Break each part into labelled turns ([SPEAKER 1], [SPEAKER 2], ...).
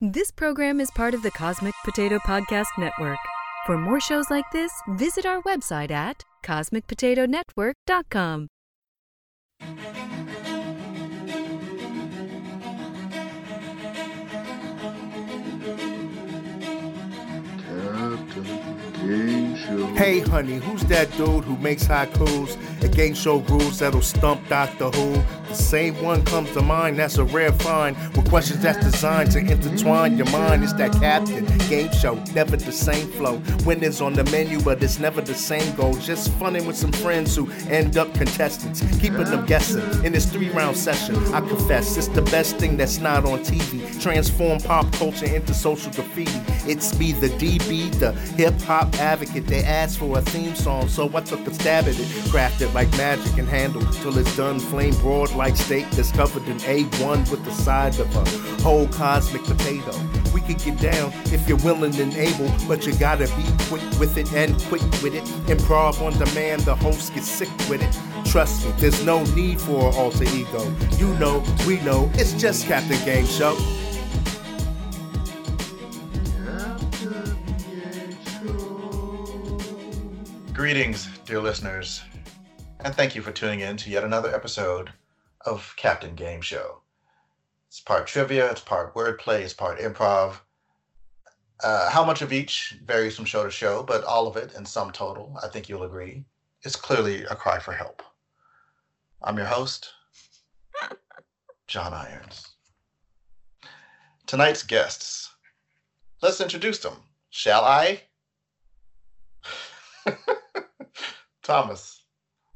[SPEAKER 1] This program is part of the Cosmic Potato Podcast Network. For more shows like this, visit our website at cosmicpotatonetwork.com.
[SPEAKER 2] Hey, honey, who's that dude who makes haikus and game show rules that'll stump Doctor Who? The same one comes to mind, that's a rare find. With questions that's designed to intertwine your mind. It's that captain, game show, never the same flow. Winners on the menu, but it's never the same goal. Just funning with some friends who end up contestants, keeping them guessing. In this three round session, I confess, it's the best thing that's not on TV. Transform pop culture into social graffiti. It's me, the DB, the hip hop advocate. They asked for a theme song, so I took a stab at it. Crafted like magic and handled till it's done. Flame broad like steak that's covered in A1 with the side of a whole cosmic potato. We could get down if you're willing and able, but you gotta be quick with it and quick with it. Improv on demand, the host gets sick with it. Trust me, there's no need for an alter ego. You know, we know, it's just Captain Game Show.
[SPEAKER 3] Greetings, dear listeners, and thank you for tuning in to yet another episode of Captain Game Show. It's part trivia, it's part wordplay, it's part improv. Uh, how much of each varies from show to show, but all of it in sum total, I think you'll agree, is clearly a cry for help. I'm your host, John Irons. Tonight's guests. Let's introduce them, shall I? Thomas,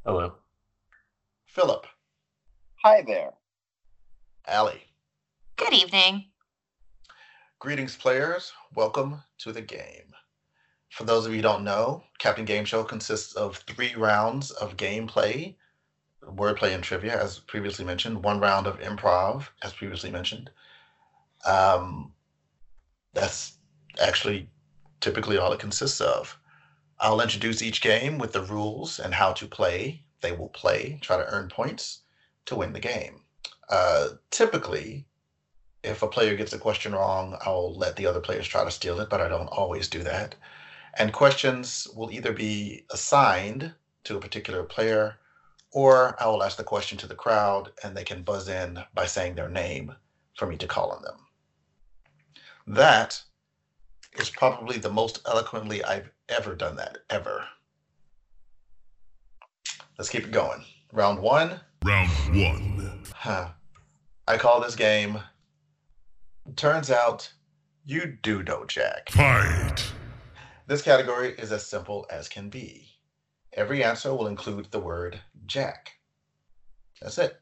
[SPEAKER 4] Hello.
[SPEAKER 3] Philip,
[SPEAKER 5] Hi there.
[SPEAKER 3] Allie.
[SPEAKER 6] Good evening.
[SPEAKER 3] Greetings, players. Welcome to the game. For those of you who don't know, Captain Game Show consists of three rounds of gameplay, wordplay, and trivia, as previously mentioned, one round of improv, as previously mentioned. Um, that's actually typically all it consists of. I'll introduce each game with the rules and how to play. They will play, try to earn points to win the game. Uh, typically, if a player gets a question wrong, I'll let the other players try to steal it, but I don't always do that. And questions will either be assigned to a particular player, or I will ask the question to the crowd and they can buzz in by saying their name for me to call on them. That is probably the most eloquently I've ever done that, ever. Let's keep it going. Round one.
[SPEAKER 7] Round one.
[SPEAKER 3] Huh. I call this game. Turns out you do know Jack.
[SPEAKER 7] Fight.
[SPEAKER 3] This category is as simple as can be. Every answer will include the word Jack. That's it.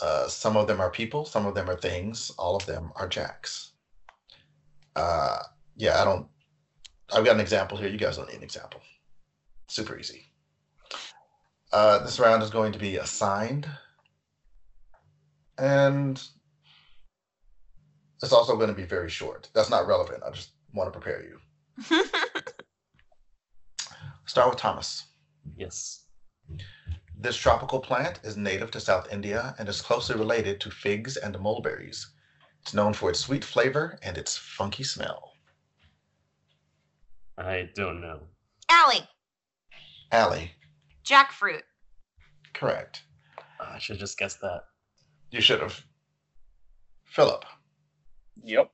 [SPEAKER 3] Uh, some of them are people, some of them are things, all of them are Jacks. Uh, yeah, I don't. I've got an example here. You guys don't need an example. Super easy. Uh, this round is going to be assigned. And it's also going to be very short. That's not relevant. I just want to prepare you. Start with Thomas.
[SPEAKER 4] Yes.
[SPEAKER 3] This tropical plant is native to South India and is closely related to figs and mulberries. It's known for its sweet flavor and its funky smell.
[SPEAKER 4] I don't know.
[SPEAKER 6] Allie,
[SPEAKER 3] Allie,
[SPEAKER 6] jackfruit.
[SPEAKER 3] correct.
[SPEAKER 4] I should just guess that.
[SPEAKER 3] You should have. Philip,
[SPEAKER 5] Yep.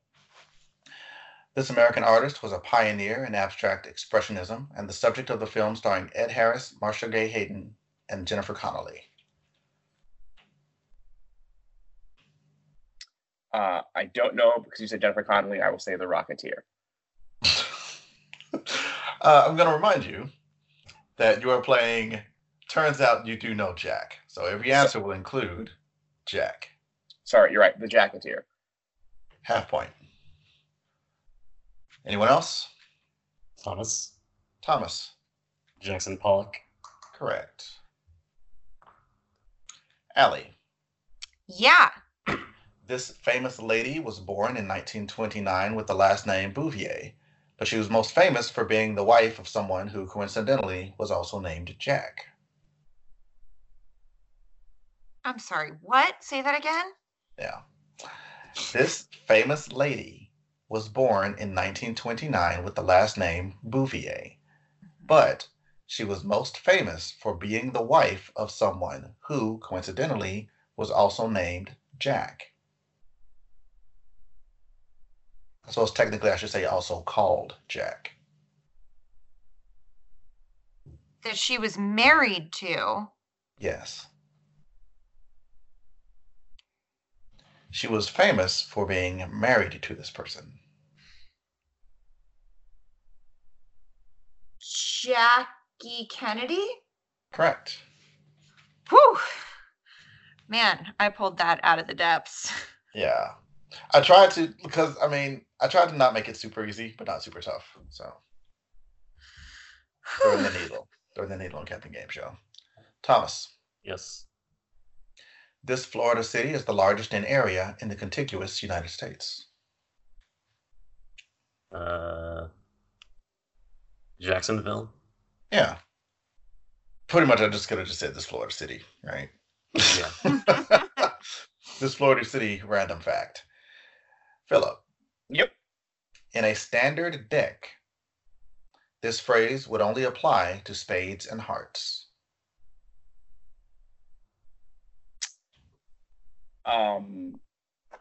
[SPEAKER 3] this American artist was a pioneer in abstract expressionism and the subject of the film starring Ed Harris, Marsha Gay Hayden, and Jennifer Connelly.
[SPEAKER 5] Uh, I don't know because you said Jennifer Connelly. I will say the Rocketeer.
[SPEAKER 3] uh, I'm going to remind you that you are playing. Turns out you do know Jack. So every answer will include Jack.
[SPEAKER 5] Sorry, you're right. The Jacketeer.
[SPEAKER 3] Half point. Anyone else?
[SPEAKER 4] Thomas
[SPEAKER 3] Thomas.
[SPEAKER 4] Jackson Pollock.
[SPEAKER 3] Correct. Allie.
[SPEAKER 6] Yeah.
[SPEAKER 3] This famous lady was born in 1929 with the last name Bouvier, but she was most famous for being the wife of someone who coincidentally was also named Jack.
[SPEAKER 6] I'm sorry. What? Say that again?
[SPEAKER 3] Yeah. This famous lady was born in 1929 with the last name Bouvier, but she was most famous for being the wife of someone who, coincidentally, was also named Jack. I suppose technically I should say also called Jack.
[SPEAKER 6] That she was married to.
[SPEAKER 3] Yes. She was famous for being married to this person.
[SPEAKER 6] Jackie Kennedy?
[SPEAKER 3] Correct.
[SPEAKER 6] Whew. Man, I pulled that out of the depths.
[SPEAKER 3] Yeah. I tried to because I mean I tried to not make it super easy, but not super tough. So throwing the needle. Throwing the needle on Captain Game Show. Thomas,
[SPEAKER 4] Yes.
[SPEAKER 3] this Florida city is the largest in area in the contiguous United States.
[SPEAKER 4] Uh, Jacksonville.
[SPEAKER 3] Yeah. Pretty much I just could have just said this Florida city, right?
[SPEAKER 4] Yeah.
[SPEAKER 3] this Florida City random fact. Philip,
[SPEAKER 5] Yep.
[SPEAKER 3] in a standard deck, this phrase would only apply to spades and hearts.
[SPEAKER 5] Um. The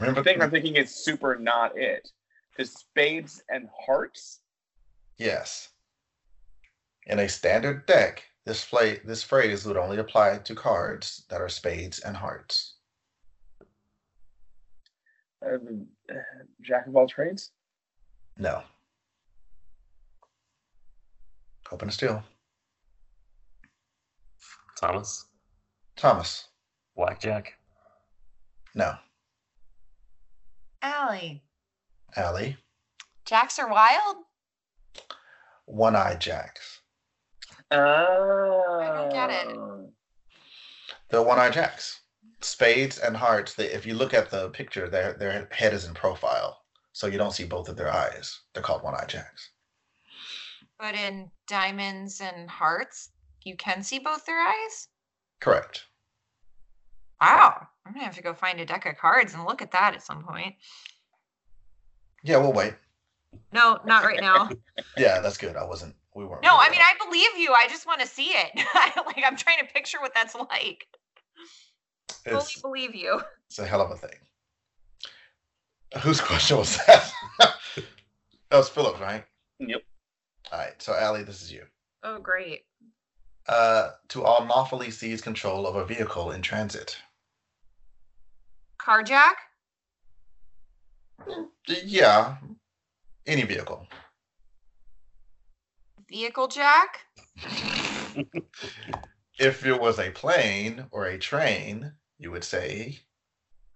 [SPEAKER 3] Remember?
[SPEAKER 5] thing I'm thinking is super not it. The spades and hearts.
[SPEAKER 3] Yes. In a standard deck, this, play, this phrase would only apply to cards that are spades and hearts.
[SPEAKER 5] Um, uh, jack of all trades.
[SPEAKER 3] No. Open a steal.
[SPEAKER 4] Thomas.
[SPEAKER 3] Thomas,
[SPEAKER 4] Blackjack.
[SPEAKER 3] no.
[SPEAKER 6] Allie.
[SPEAKER 3] Allie,
[SPEAKER 6] Jacks are wild?
[SPEAKER 3] one eye jacks.
[SPEAKER 5] Oh.
[SPEAKER 6] don't get it.
[SPEAKER 3] The one-eyed jacks, spades and hearts. They, if you look at the picture, their their head is in profile, so you don't see both of their eyes. They're called one-eyed jacks.
[SPEAKER 6] But in diamonds and hearts, you can see both their eyes?
[SPEAKER 3] Correct.
[SPEAKER 6] Wow. I'm going to have to go find a deck of cards and look at that at some point.
[SPEAKER 3] Yeah, we'll wait.
[SPEAKER 6] No, not right now.
[SPEAKER 3] Yeah, that's good. I wasn't. We weren't.
[SPEAKER 6] No,
[SPEAKER 3] really
[SPEAKER 6] I mean,
[SPEAKER 3] wrong.
[SPEAKER 6] I believe you. I just want to see it. I- like, I'm trying to picture what that's like.
[SPEAKER 3] it's,
[SPEAKER 6] Fully believe you.
[SPEAKER 3] it's a hell of a thing. Whose question was that? that was Philip, right?
[SPEAKER 5] Yep.
[SPEAKER 3] All right. So, Allie, this is you.
[SPEAKER 6] Oh, great.
[SPEAKER 3] Uh, to all lawfully seize control of a vehicle in transit.
[SPEAKER 6] Carjack?
[SPEAKER 3] Yeah, any vehicle.
[SPEAKER 6] Vehicle jack?
[SPEAKER 3] if it was a plane or a train, you would say,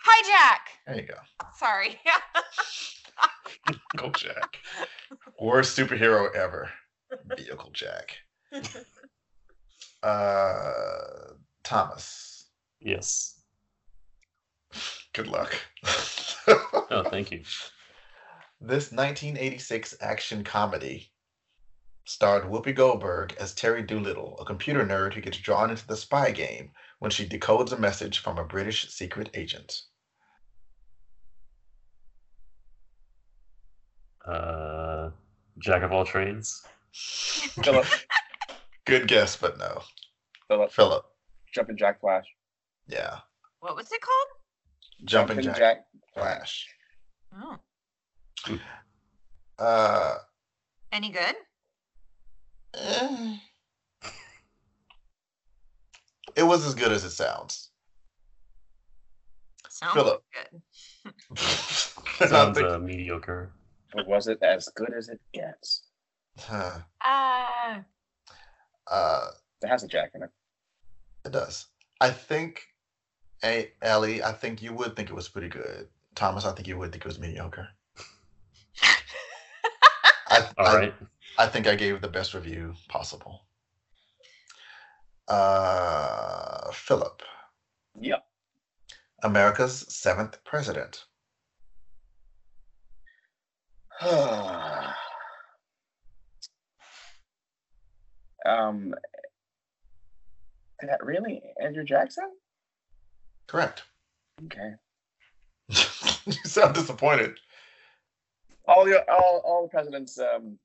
[SPEAKER 6] Hijack!
[SPEAKER 3] there you go.
[SPEAKER 6] Sorry.
[SPEAKER 3] Vehicle Jack. Worst superhero ever. Vehicle Jack. Uh, Thomas,
[SPEAKER 4] Yes.
[SPEAKER 3] good luck.
[SPEAKER 4] Oh, thank you.
[SPEAKER 3] this 1986 action comedy starred Whoopi Goldberg as Terry Doolittle, a computer nerd who gets drawn into the spy game when she decodes a message from a British secret agent.
[SPEAKER 4] Uh, Jack of all trades.
[SPEAKER 5] Philip.
[SPEAKER 3] Good guess, but no.
[SPEAKER 5] Philip.
[SPEAKER 3] Philip,
[SPEAKER 5] Jumping Jack Flash.
[SPEAKER 3] yeah.
[SPEAKER 6] what was it called?
[SPEAKER 3] Jumping, Jack, Flash.
[SPEAKER 6] Oh.
[SPEAKER 3] Uh,
[SPEAKER 6] Any good?
[SPEAKER 3] eh. It was as good as it sounds.
[SPEAKER 6] Sounds
[SPEAKER 3] Philip.
[SPEAKER 6] good.
[SPEAKER 3] I
[SPEAKER 4] Sounds
[SPEAKER 3] think-
[SPEAKER 4] uh, mediocre.
[SPEAKER 5] But was it as good as it gets?
[SPEAKER 3] Huh.
[SPEAKER 4] uh,
[SPEAKER 6] Ah.
[SPEAKER 3] uh,
[SPEAKER 5] It has a jack in it.
[SPEAKER 3] it does. I think, hey, Ellie, I think you would think it was pretty good. Thomas, I think you would think it was mediocre. I,
[SPEAKER 4] All
[SPEAKER 3] I,
[SPEAKER 4] right.
[SPEAKER 3] I think I gave the best review possible. Uh, Philip,
[SPEAKER 5] Yep.
[SPEAKER 3] America's seventh president.
[SPEAKER 5] um, Is that really Andrew Jackson?
[SPEAKER 3] Correct.
[SPEAKER 5] Okay.
[SPEAKER 3] you sound disappointed.
[SPEAKER 5] All the all all the presidents um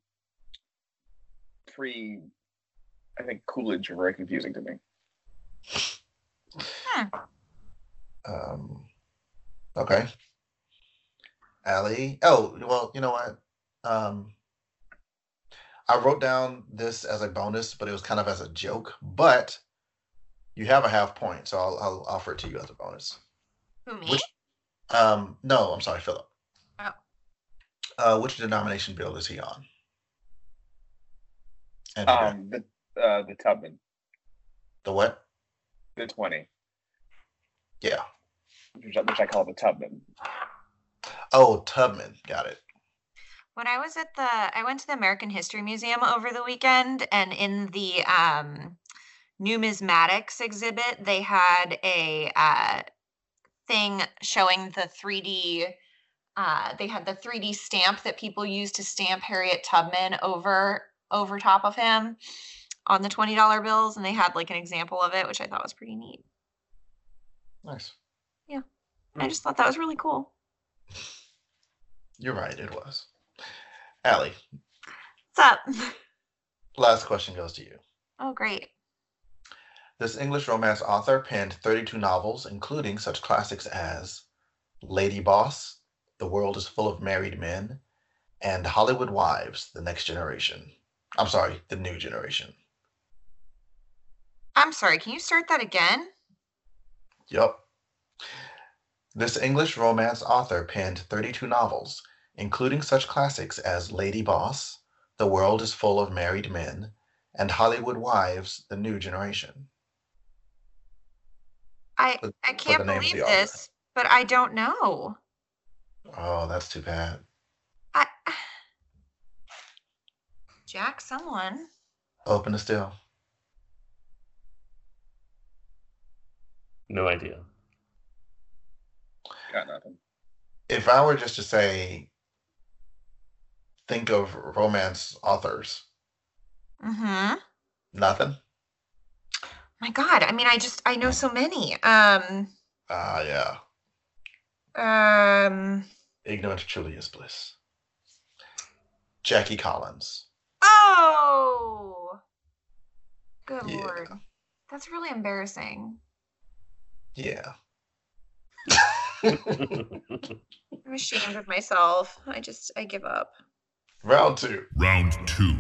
[SPEAKER 5] pre I think Coolidge are very confusing to me.
[SPEAKER 3] Um, okay. Allie. Oh, well, you know what? Um, I wrote down this as a bonus, but it was kind of as a joke. But you have a half point, so I'll, I'll offer it to you as a bonus.
[SPEAKER 6] Who me?
[SPEAKER 3] Which, um, no, I'm sorry, Philip.
[SPEAKER 6] Oh.
[SPEAKER 3] Uh, which denomination bill is he on? And
[SPEAKER 5] Um the uh the Tubman,
[SPEAKER 3] the what?
[SPEAKER 5] the twenty,
[SPEAKER 3] Yeah.
[SPEAKER 5] which, I- which I call the Tubman.
[SPEAKER 3] Oh, Tubman. Got it.
[SPEAKER 6] When I was at the, I went to the American History Museum over the weekend, and in the um, numismatics exhibit, they had a uh, thing showing the 3D. Uh, they had the 3D stamp that people used to stamp Harriet Tubman over over top of him on the twenty dollar bills, and they had like an example of it, which I thought was pretty neat.
[SPEAKER 3] Nice.
[SPEAKER 6] I just thought that was really cool.
[SPEAKER 3] You're right. It was. Allie,
[SPEAKER 6] What's up?
[SPEAKER 3] last question goes to you.
[SPEAKER 6] Oh, great.
[SPEAKER 3] This English romance author penned 32 novels, including such classics as Lady Boss, The World is Full of Married Men, and Hollywood Wives, The Next Generation. I'm sorry, The New Generation.
[SPEAKER 6] I'm sorry. Can you start that again?
[SPEAKER 3] Yup. This English romance author penned 32 novels, including such classics as Lady Boss, The World is Full of Married Men, and Hollywood Wives, The New Generation.
[SPEAKER 6] I
[SPEAKER 3] Put-
[SPEAKER 6] I
[SPEAKER 3] put the
[SPEAKER 6] can't
[SPEAKER 3] name of
[SPEAKER 6] believe
[SPEAKER 3] the author.
[SPEAKER 6] this, but I don't know.
[SPEAKER 3] Oh, that's too bad.
[SPEAKER 6] I Jack someone.
[SPEAKER 3] Open the still.
[SPEAKER 4] No idea.
[SPEAKER 5] Got nothing.
[SPEAKER 3] if I were just to say, think of romance authors,
[SPEAKER 6] Mhm.
[SPEAKER 3] nothing.
[SPEAKER 6] My god. I mean, I just I know so many. Um
[SPEAKER 3] Ah, yeah.
[SPEAKER 6] um
[SPEAKER 3] Ignorance truly is bliss. Jackie Collins.
[SPEAKER 6] oh. Good
[SPEAKER 3] Yeah.
[SPEAKER 6] lord. That's really embarrassing.
[SPEAKER 3] Yeah.
[SPEAKER 6] I'm ashamed of myself. I just I give up.
[SPEAKER 3] Round two.
[SPEAKER 7] Round two.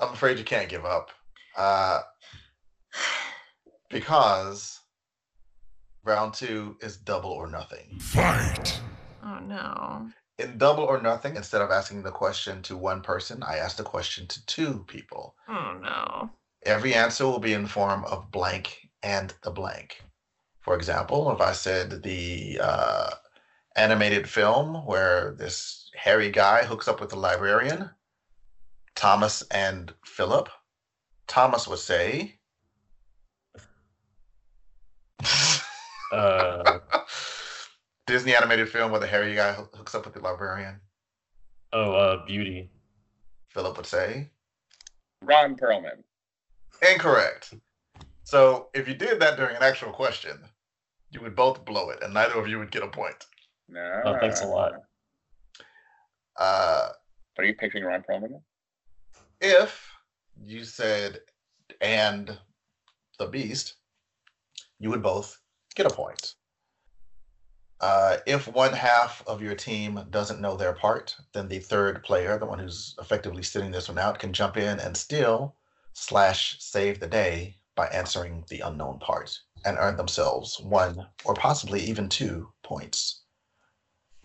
[SPEAKER 3] I'm afraid you can't give up. Uh, because round two is double or nothing.
[SPEAKER 7] Fight.
[SPEAKER 6] Oh no.
[SPEAKER 3] In double or nothing, instead of asking the question to one person, I ask the question to two people.
[SPEAKER 6] Oh no.
[SPEAKER 3] every answer will be in form of blank and the blank. For example, if I said the uh, animated film where this hairy guy hooks up with the librarian, Thomas and Philip, Thomas would say,
[SPEAKER 4] Uh,
[SPEAKER 3] Disney animated film where the hairy guy hoo- hooks up with the librarian,
[SPEAKER 4] oh, uh, beauty.
[SPEAKER 3] Philip would say,
[SPEAKER 5] Ron Perlman.
[SPEAKER 3] Incorrect. So if you did that during an actual question, you would both blow it and neither of you would get a point.
[SPEAKER 5] No.
[SPEAKER 4] Oh, thanks a lot.
[SPEAKER 3] Uh,
[SPEAKER 5] Are you picturing Ron Perlman?
[SPEAKER 3] if you said and the beast, you would both get a point. Uh, if one half of your team doesn't know their part, then the third player, the one who's effectively sitting this one out, can jump in and steal slash save the day by answering the unknown part and earn themselves one or possibly even two points.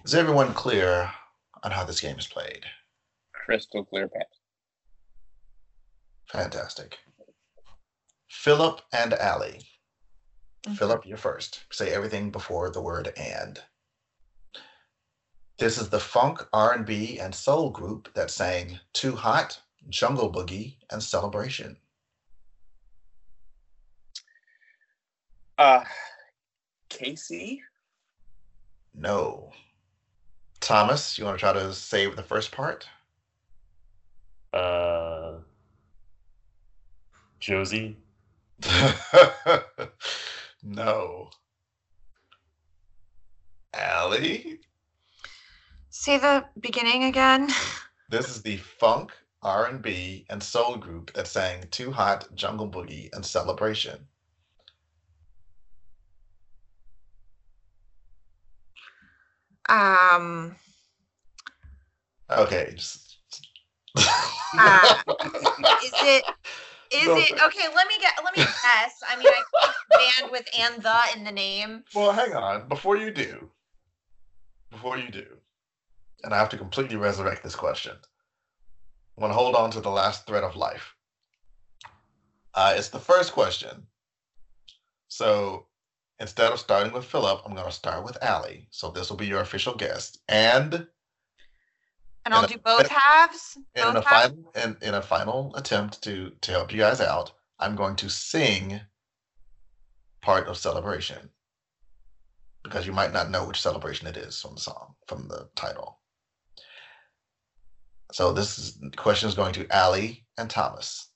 [SPEAKER 3] Is everyone clear on how this game is played?
[SPEAKER 5] Crystal clear path.
[SPEAKER 3] Fantastic. Philip and Allie.
[SPEAKER 6] Mhm.
[SPEAKER 3] Philip, you're first. Say everything before the word and. This is the funk, R&B, and soul group that sang Too Hot, Jungle Boogie, and Celebration.
[SPEAKER 5] Uh Casey?
[SPEAKER 3] No. Thomas, you want to try to save the first part?
[SPEAKER 4] Uh, Josie.
[SPEAKER 3] no. Allie,
[SPEAKER 6] Say the beginning again.
[SPEAKER 3] this is the funk, R&B, and soul group that sang Too Hot, Jungle Boogie, and Celebration.
[SPEAKER 6] Um,
[SPEAKER 3] Okay, just...
[SPEAKER 6] Ah. is it? Is
[SPEAKER 3] No,
[SPEAKER 6] it
[SPEAKER 3] but-
[SPEAKER 6] okay? Let me get. Let me guess. I mean, I band with and the in the name.
[SPEAKER 3] Well, hang on. Before you do, before you do, and I have to completely resurrect this question. I want to hold on to the last thread of life. Uh, it's the first question. So instead of starting with Philip, I'm going to start with Allie. So this will be your official guest. And
[SPEAKER 6] And I'll
[SPEAKER 3] And
[SPEAKER 6] do both halves.
[SPEAKER 3] in a
[SPEAKER 6] Both halves.
[SPEAKER 3] final in, in a final attempt to to help you guys out, I'm going to sing part of celebration because you might not know which celebration it is from the song from the title. So this is, question is going to Allie and Thomas.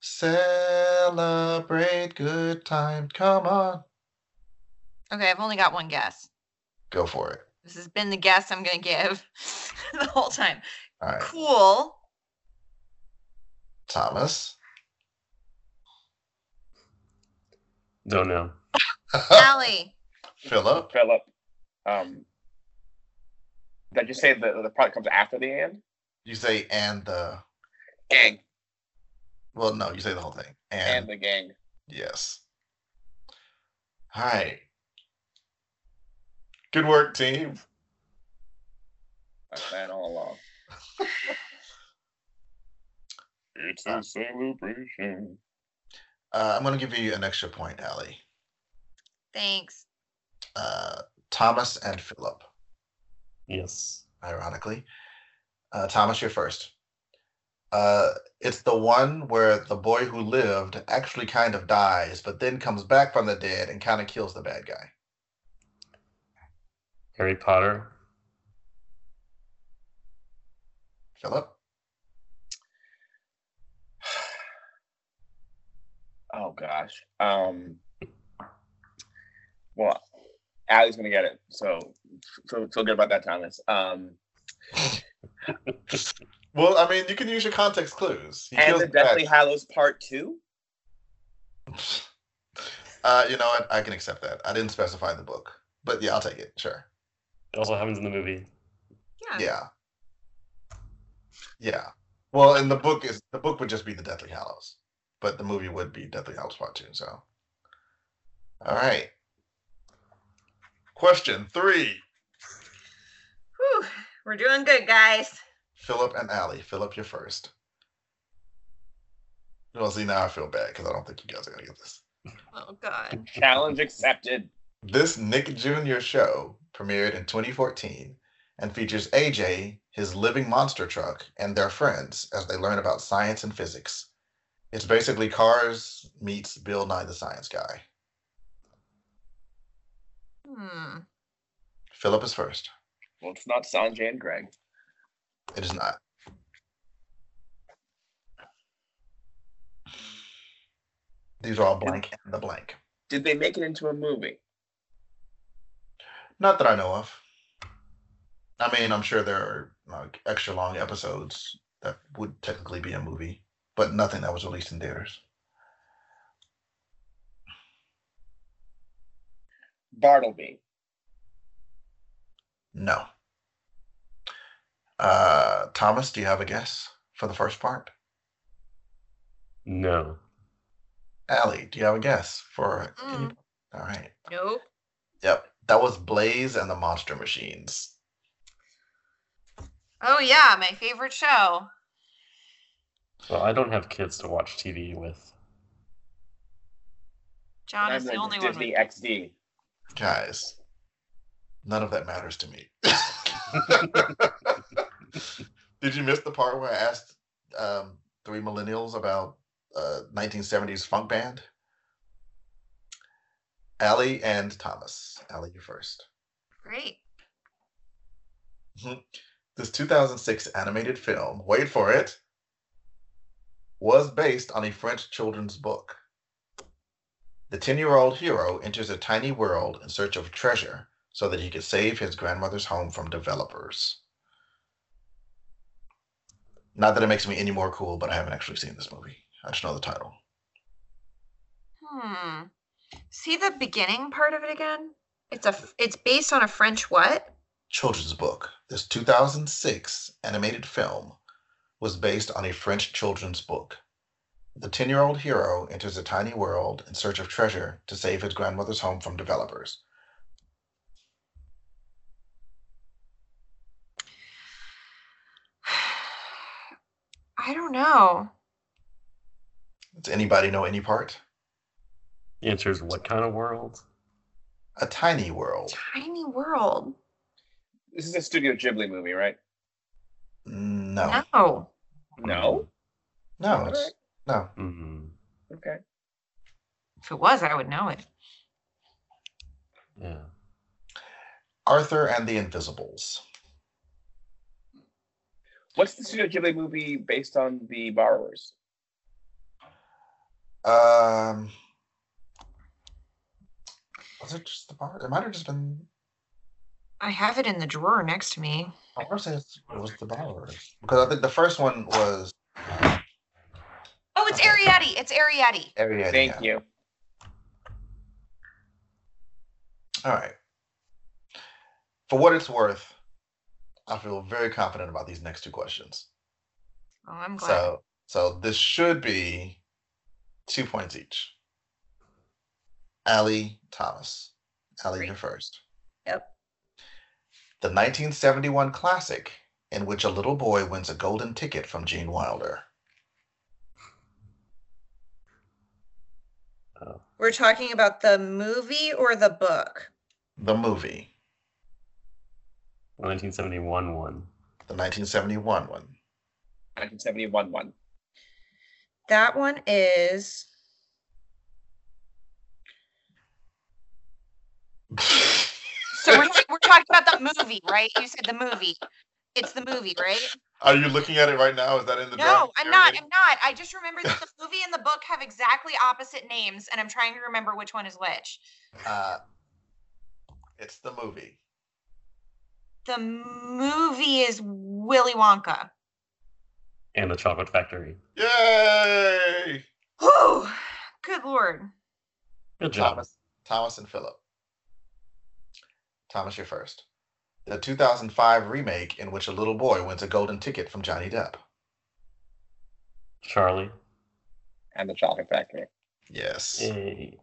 [SPEAKER 3] Celebrate good time. Come on,
[SPEAKER 6] Okay, I've only got one guess.
[SPEAKER 3] go for it.
[SPEAKER 6] This has been the guess I'm gonna give the whole time.
[SPEAKER 3] All right,
[SPEAKER 6] Cool.
[SPEAKER 3] Thomas.
[SPEAKER 4] Don't know.
[SPEAKER 3] Oh.
[SPEAKER 6] Allie.
[SPEAKER 3] Philip.
[SPEAKER 5] Philip. Um, did I just say the the part comes after the and?
[SPEAKER 3] You say and the
[SPEAKER 5] Gang
[SPEAKER 3] well, no, you say the whole thing. And,
[SPEAKER 5] and the gang.
[SPEAKER 3] Yes. All right. Good work, team.
[SPEAKER 5] I plan all along. it's a celebration.
[SPEAKER 3] Uh, I'm going to give you an extra point, Allie.
[SPEAKER 6] Thanks.
[SPEAKER 3] Uh, Thomas and Philip,
[SPEAKER 4] Yes.
[SPEAKER 3] ironically. Uh, Thomas, you're first. Uh, it's the one where the boy who lived actually kind of dies, but then comes back from the dead and kind of kills the bad guy.
[SPEAKER 4] Harry Potter.
[SPEAKER 3] Philip?
[SPEAKER 5] Oh gosh. Um. Well, Allie's gonna get it. So feel, feel good about that, Thomas. Um.
[SPEAKER 3] Well, I mean, you can use your context clues. He
[SPEAKER 5] and
[SPEAKER 3] kills
[SPEAKER 5] the
[SPEAKER 3] bad
[SPEAKER 5] Deathly
[SPEAKER 3] guy.
[SPEAKER 5] Hallows Part Two.
[SPEAKER 3] Uh, you know what? I can accept that. I didn't specify the book, but yeah, I'll take it. Sure.
[SPEAKER 4] It also happens in the movie.
[SPEAKER 6] Yeah.
[SPEAKER 3] Yeah. Yeah. Well, and the book is the book would just be the Deathly Hallows, but the movie would be Deathly Hallows Part Two. So, all right. Question three:
[SPEAKER 6] Whew, we're doing good, guys.
[SPEAKER 3] Philip and Allie. Philip, you're first. Well, see, now I feel bad because I don't think you guys are gonna get this.
[SPEAKER 6] Oh God.
[SPEAKER 5] Challenge accepted.
[SPEAKER 3] This Nick Jr. show premiered in 2014 and features AJ, his living monster truck, and their friends as they learn about science and physics. It's basically Cars meets Bill Nye the Science Guy.
[SPEAKER 6] Hmm.
[SPEAKER 3] Philip is first.
[SPEAKER 5] Well, it's not Sanjay and Greg.
[SPEAKER 3] It is not. These are all blank and the blank.
[SPEAKER 5] Did they make it into a movie?
[SPEAKER 3] Not that I know of. I mean, I'm sure there are like extra long episodes that would technically be a movie, but nothing that was released in theaters.
[SPEAKER 5] Bartleby.
[SPEAKER 3] No. Uh, Thomas, do you have a guess for the first part?
[SPEAKER 4] No.
[SPEAKER 3] Allie, do you have a guess for? can you-
[SPEAKER 6] Mm.
[SPEAKER 3] All right.
[SPEAKER 6] Nope.
[SPEAKER 3] Yep. That was Blaze and the Monster Machines.
[SPEAKER 6] Oh yeah, my favorite show.
[SPEAKER 4] Well, I don't have kids to watch TV with.
[SPEAKER 6] John
[SPEAKER 5] I'm
[SPEAKER 6] is the
[SPEAKER 5] like
[SPEAKER 6] only one.
[SPEAKER 5] Disney
[SPEAKER 6] With-
[SPEAKER 5] XD.
[SPEAKER 3] Guys, none of that matters to me. Did you miss the part where I asked um, three millennials about uh, 1970s funk band? Allie and Thomas. Allie, you first.
[SPEAKER 6] Great.
[SPEAKER 3] Mm-hmm. This 2006 animated film, wait for it, was based on a French children's book. The 10 year old hero enters a tiny world in search of treasure so that he could save his grandmother's home from developers. Not that it makes me any more cool, but I haven't actually seen this movie. I just know the title.
[SPEAKER 6] Hmm. See the beginning part of it again? It's a f- it's based on a French what?
[SPEAKER 3] Children's book. This 2006 animated film was based on a French children's book. The 10 year old hero enters a tiny world in search of treasure to save his grandmother's home from developers.
[SPEAKER 6] I don't know.
[SPEAKER 3] Does anybody know any part?
[SPEAKER 4] Enters what kind of world?
[SPEAKER 3] A tiny world.
[SPEAKER 6] Tiny world.
[SPEAKER 5] This is a Studio Ghibli movie, right?
[SPEAKER 3] No.
[SPEAKER 6] No.
[SPEAKER 5] No.
[SPEAKER 3] No, it's, no.
[SPEAKER 4] Mm,
[SPEAKER 5] Okay.
[SPEAKER 6] If it was, I would know it.
[SPEAKER 4] yeah.
[SPEAKER 3] Arthur and the Invisibles.
[SPEAKER 5] What's the Studio Ghibli movie based on the borrowers?
[SPEAKER 3] Um, was it just the bar? It might have just been.
[SPEAKER 6] I have it in the drawer next to me.
[SPEAKER 3] I want to say it's, it was the borrowers because I think the first one was
[SPEAKER 6] Oh, it's
[SPEAKER 3] Okay.
[SPEAKER 6] Arietti. It's Arietti.
[SPEAKER 3] Ariadne.
[SPEAKER 5] Thank you.
[SPEAKER 3] All right. For what it's worth, I feel very confident about these next two questions.
[SPEAKER 6] Oh, I'm glad.
[SPEAKER 3] So, so this should be two points each. Allie Thomas. Allie,
[SPEAKER 6] Great.
[SPEAKER 3] you're first.
[SPEAKER 6] Yep.
[SPEAKER 3] The 1971 classic in which a little boy wins a golden ticket from Gene Wilder.
[SPEAKER 6] We're talking about the movie or the book?
[SPEAKER 3] The movie,
[SPEAKER 4] 1971 one.
[SPEAKER 3] the 1971 one.
[SPEAKER 5] 1971 one.
[SPEAKER 6] That one is So we're, we're talking about the movie, right? You said the movie. It's the movie, right?
[SPEAKER 3] Are you looking at it right now? Is that in the
[SPEAKER 6] No,
[SPEAKER 3] draft,
[SPEAKER 6] I'm not.
[SPEAKER 3] Ariadne?
[SPEAKER 6] I'm not. I just remember that the movie and the book have exactly opposite names, and I'm trying to remember which one is which.
[SPEAKER 3] Uh, it's the movie.
[SPEAKER 6] The movie is Willy Wonka.
[SPEAKER 4] And the Chocolate Factory.
[SPEAKER 3] Yay!
[SPEAKER 6] Whew, good lord.
[SPEAKER 4] Good job.
[SPEAKER 3] Thomas, Thomas and Philip. Thomas, you're first. The 2005 remake in which a little boy wins a golden ticket from Johnny Depp.
[SPEAKER 4] Charlie.
[SPEAKER 5] And the Chocolate Factory.
[SPEAKER 3] Yes.
[SPEAKER 4] Yay.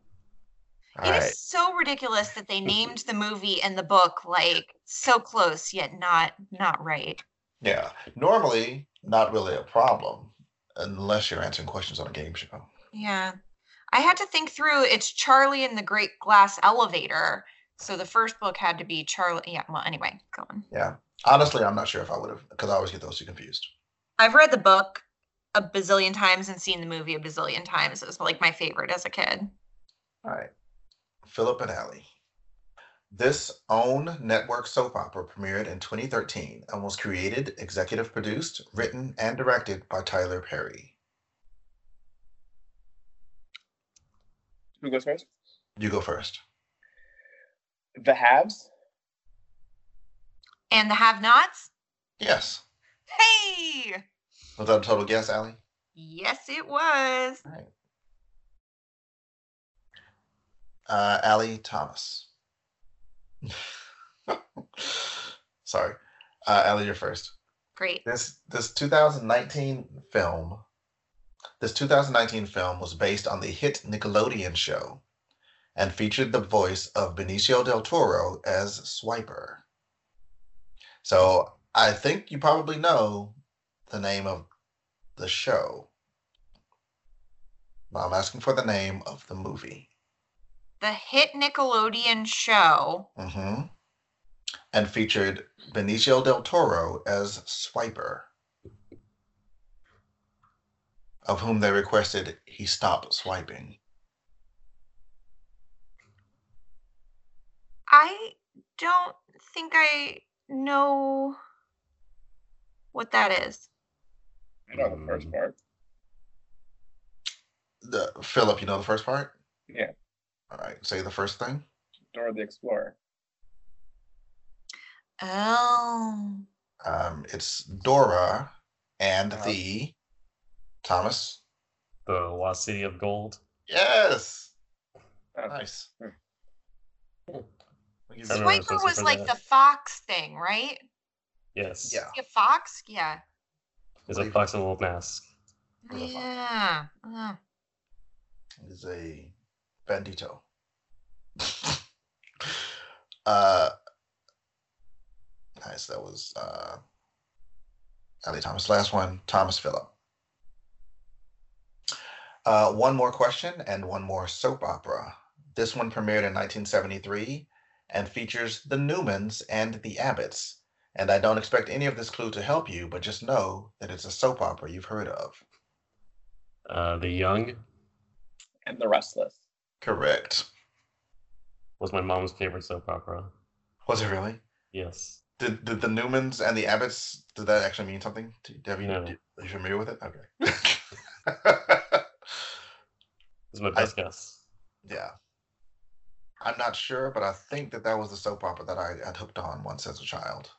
[SPEAKER 3] All
[SPEAKER 6] It is
[SPEAKER 3] right.
[SPEAKER 6] so ridiculous that they named the movie and the book like so close yet not not right.
[SPEAKER 3] Yeah. Normally, not really a problem unless you're answering questions on a game show.
[SPEAKER 6] Yeah. I had to think through it's Charlie and the Great Glass Elevator. So the first book had to be Charlie. Yeah, well, anyway, go on.
[SPEAKER 3] Yeah. Honestly, I'm not sure if I would have, because I always get those two confused.
[SPEAKER 6] I've read the book a bazillion times and seen the movie a bazillion times. It was like my favorite as a kid.
[SPEAKER 3] All right. Philip and Allie. This own network soap opera premiered in 2013 and was created, executive produced, written, and directed by Tyler Perry.
[SPEAKER 5] Who goes first?
[SPEAKER 3] You go first.
[SPEAKER 5] The Haves.
[SPEAKER 6] And the Have Nots?
[SPEAKER 3] Yes.
[SPEAKER 6] Hey!
[SPEAKER 3] Was that a total guess, Allie?
[SPEAKER 6] Yes, it was.
[SPEAKER 3] All right. Uh, Allie Thomas. Sorry. Uh, Allie, you're first.
[SPEAKER 6] Great.
[SPEAKER 3] This this 2019 film, this 2019 film was based on the hit Nickelodeon show, and featured the voice of Benicio del Toro as Swiper. So I think you probably know the name of the show. But I'm asking for the name of the movie.
[SPEAKER 6] The hit Nickelodeon show.
[SPEAKER 3] hmm And featured Benicio del Toro as Swiper, of whom they requested he stop swiping.
[SPEAKER 6] I don't think I know what that is.
[SPEAKER 5] I know
[SPEAKER 3] Um,
[SPEAKER 5] the first
[SPEAKER 4] Mm.
[SPEAKER 5] part.
[SPEAKER 3] The, Philip, you know the first part?
[SPEAKER 5] Yeah.
[SPEAKER 3] All right, say the first thing.
[SPEAKER 5] Dora the Explorer.
[SPEAKER 6] Oh.
[SPEAKER 3] Um, it's Dora and
[SPEAKER 5] Uh-huh.
[SPEAKER 3] the Thomas.
[SPEAKER 4] The Lost City of Gold.
[SPEAKER 3] Yes,
[SPEAKER 5] Okay.
[SPEAKER 3] nice.
[SPEAKER 5] Hmm.
[SPEAKER 4] Cool.
[SPEAKER 3] We'll give
[SPEAKER 4] I
[SPEAKER 3] you-
[SPEAKER 4] remember
[SPEAKER 6] Swiper
[SPEAKER 4] those
[SPEAKER 6] was
[SPEAKER 4] for
[SPEAKER 6] like
[SPEAKER 4] that.
[SPEAKER 6] the fox thing, right?
[SPEAKER 4] Yes.
[SPEAKER 3] Yeah.
[SPEAKER 6] Yeah, fox? Yeah.
[SPEAKER 4] Is a fox in a little mask.
[SPEAKER 3] With a fox.
[SPEAKER 6] Yeah. Oh.
[SPEAKER 3] is a bandito. uh, nice. That was uh, Ellie Thomas. Last one, Thomas Phillip. Uh, one more question and one more soap opera. This one premiered in 1973 and features the Newmans and the Abbotts. And I don't expect any of this clue to help you, but just know that it's a soap opera you've heard of.
[SPEAKER 4] Uh, the Young
[SPEAKER 5] And The Restless.
[SPEAKER 3] Correct.
[SPEAKER 4] was my mom's favorite soap opera.
[SPEAKER 3] Was it really?
[SPEAKER 4] Yes.
[SPEAKER 3] Did, did the Newmans and the Abbotts, did that actually mean something? to you? Have you,
[SPEAKER 4] No.
[SPEAKER 3] do- are you familiar with it? Okay.
[SPEAKER 4] Is my best guess.
[SPEAKER 3] yeah. I'm not sure, but I think that that was the soap opera that I had hooked on once as a child.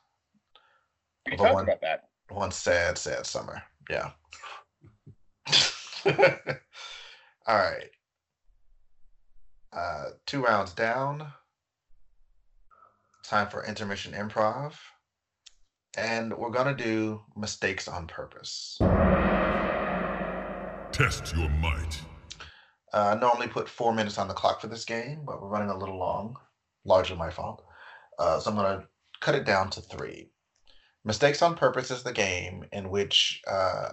[SPEAKER 5] We
[SPEAKER 3] The
[SPEAKER 5] talked
[SPEAKER 3] one-
[SPEAKER 5] about that.
[SPEAKER 3] One sad, sad summer. Yeah. All right. Uh, two rounds down. Time for intermission improv. And we're going to do mistakes on purpose.
[SPEAKER 7] Test your might.
[SPEAKER 3] Uh, normally put four minutes on the clock for this game, but we're running a little long, largely my fault. Uh, so I'm going to cut it down to three. Mistakes on Purpose is the game in which uh,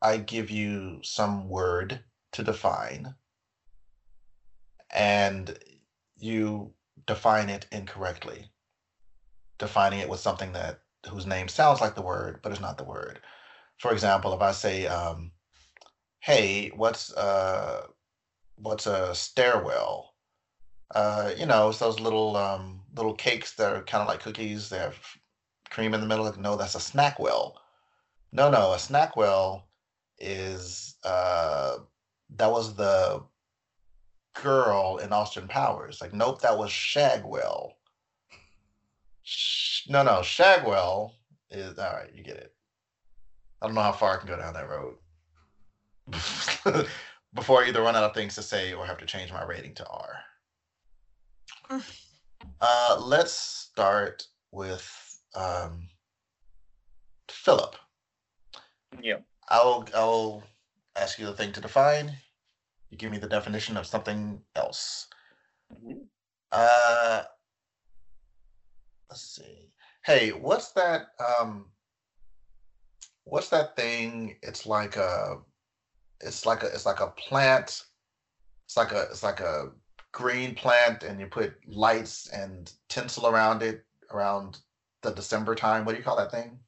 [SPEAKER 3] I give you some word to define, and you define it incorrectly, defining it with something that whose name sounds like the word but is not the word. For example, if I say, um, "Hey, what's uh, what's a stairwell. Uh, you know, it's those little um, little cakes that are kind of like cookies. They have cream in the middle. Like, no, that's a snack well. No, no, a snack well is uh, that was the girl in Austin Powers. Like, nope, that was Shagwell. Sh- no, no, Shagwell is all right. You get it. I don't know how far I can go down that road. before I either run out of things to say or have to change my rating to R.
[SPEAKER 6] Mm.
[SPEAKER 3] Uh, let's start with um, Philip.
[SPEAKER 5] Yeah.
[SPEAKER 3] I'll I'll ask you the thing to define. You give me the definition of something else.
[SPEAKER 5] Mhm.
[SPEAKER 3] Uh, let's see. Hey, what's that? Um, what's that thing? It's like a, it's like a, it's like a plant. It's like a, it's like a green plant, and you put lights and tinsel around it around the December time. What do you call that thing?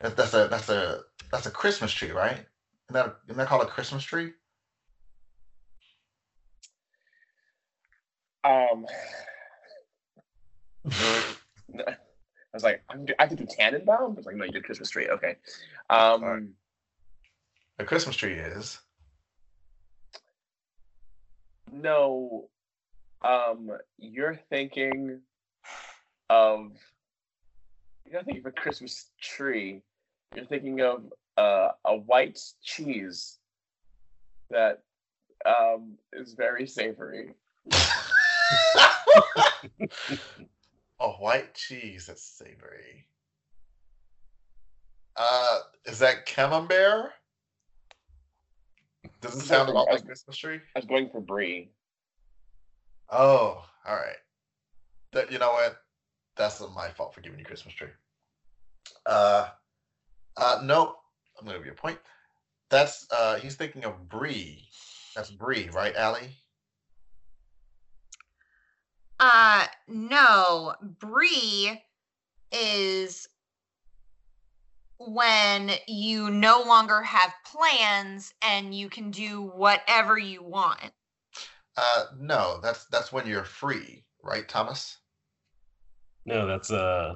[SPEAKER 3] That, that's a, that's a, that's a Christmas tree, right? Isn't that, isn't that called a Christmas tree?
[SPEAKER 5] Um, I was like, I'm, do- I could do Tannenbaum. I was like, no, you did Christmas tree. Okay. Um,
[SPEAKER 3] All right. A Christmas tree is.
[SPEAKER 5] No, um, you're thinking of you're not thinking of a Christmas tree. You're thinking of uh, a white cheese that um, is very savory.
[SPEAKER 3] a white cheese that's savory. Uh, is that camembert? Does it sound a lot like Christmas tree?
[SPEAKER 5] I was going for brie.
[SPEAKER 3] Oh, all right. That you know what? That's not my fault for giving you Christmas tree. Uh, uh, no, I'm gonna give you a point. That's uh, he's thinking of brie. That's brie, right, Allie?
[SPEAKER 6] Uh no, brie is when you no longer have plans and you can do whatever you want.
[SPEAKER 3] Uh, no, that's that's when you're free, right, Thomas?
[SPEAKER 4] No, that's uh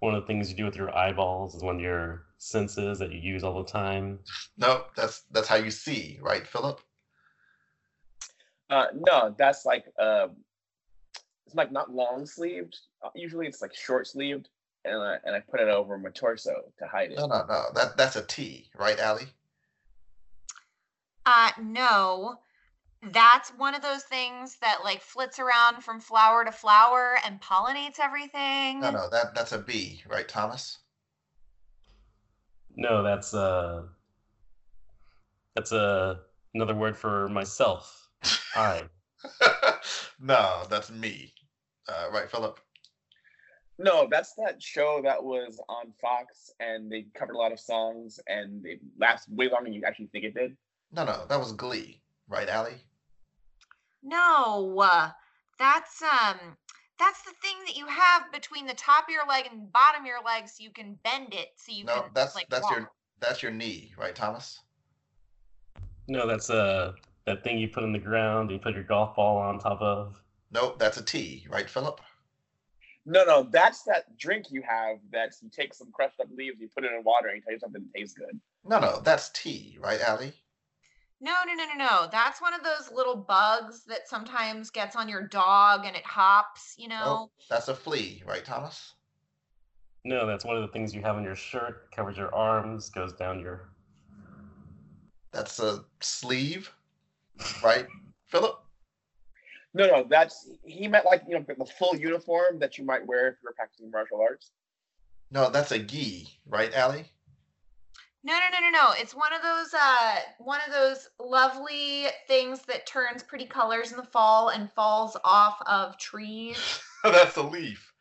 [SPEAKER 4] one of the things you do with your eyeballs is one of your senses that you use all the time.
[SPEAKER 3] No, that's that's how you see, right, Philip?
[SPEAKER 5] Uh, no, that's like uh, it's like not long sleeved. Usually it's like short sleeved, and I, and I put it over my torso to hide it.
[SPEAKER 3] No, no, no. That that's a T, right, Allie?
[SPEAKER 6] Uh, no, that's one of those things that like flits around from flower to flower and pollinates everything.
[SPEAKER 3] No, no. That that's a B, right, Thomas?
[SPEAKER 4] No, that's uh that's uh, another word for myself. I.
[SPEAKER 3] no, that's me. Uh, right, Philip.
[SPEAKER 5] No, that's that show that was on Fox, and they covered a lot of songs, and it lasts way longer than you actually think it did.
[SPEAKER 3] No, no. That was Glee, right, Allie?
[SPEAKER 6] No, uh, that's um that's the thing that you have between the top of your leg and bottom of your leg so you can bend it so you
[SPEAKER 3] no,
[SPEAKER 6] can
[SPEAKER 3] that's
[SPEAKER 6] like
[SPEAKER 3] that's
[SPEAKER 6] walk.
[SPEAKER 3] your that's your knee, right, Thomas?
[SPEAKER 4] No, that's uh that thing you put in the ground and you put your golf ball on top of.
[SPEAKER 3] Nope, that's a T, right, Philip?
[SPEAKER 5] No, no, that's that drink you have that you take some crushed up leaves, you put it in water, and you tell you something that tastes good.
[SPEAKER 3] No, no, that's T, right, Allie?
[SPEAKER 6] No, no, no, no, no. That's one of those little bugs that sometimes gets on your dog and it hops, you know?
[SPEAKER 3] That's a flea, right, Thomas?
[SPEAKER 4] No, that's one of the things you have on your shirt, covers your arms, goes down your
[SPEAKER 3] That's a sleeve, right, Philip?
[SPEAKER 5] No, no, that's he meant like you know the full uniform that you might wear if you're practicing martial arts.
[SPEAKER 3] No, that's a gi, right, Allie?
[SPEAKER 6] No, no, no, no, no. It's one of those uh one of those lovely things that turns pretty colors in the fall and falls off of trees.
[SPEAKER 3] that's a leaf,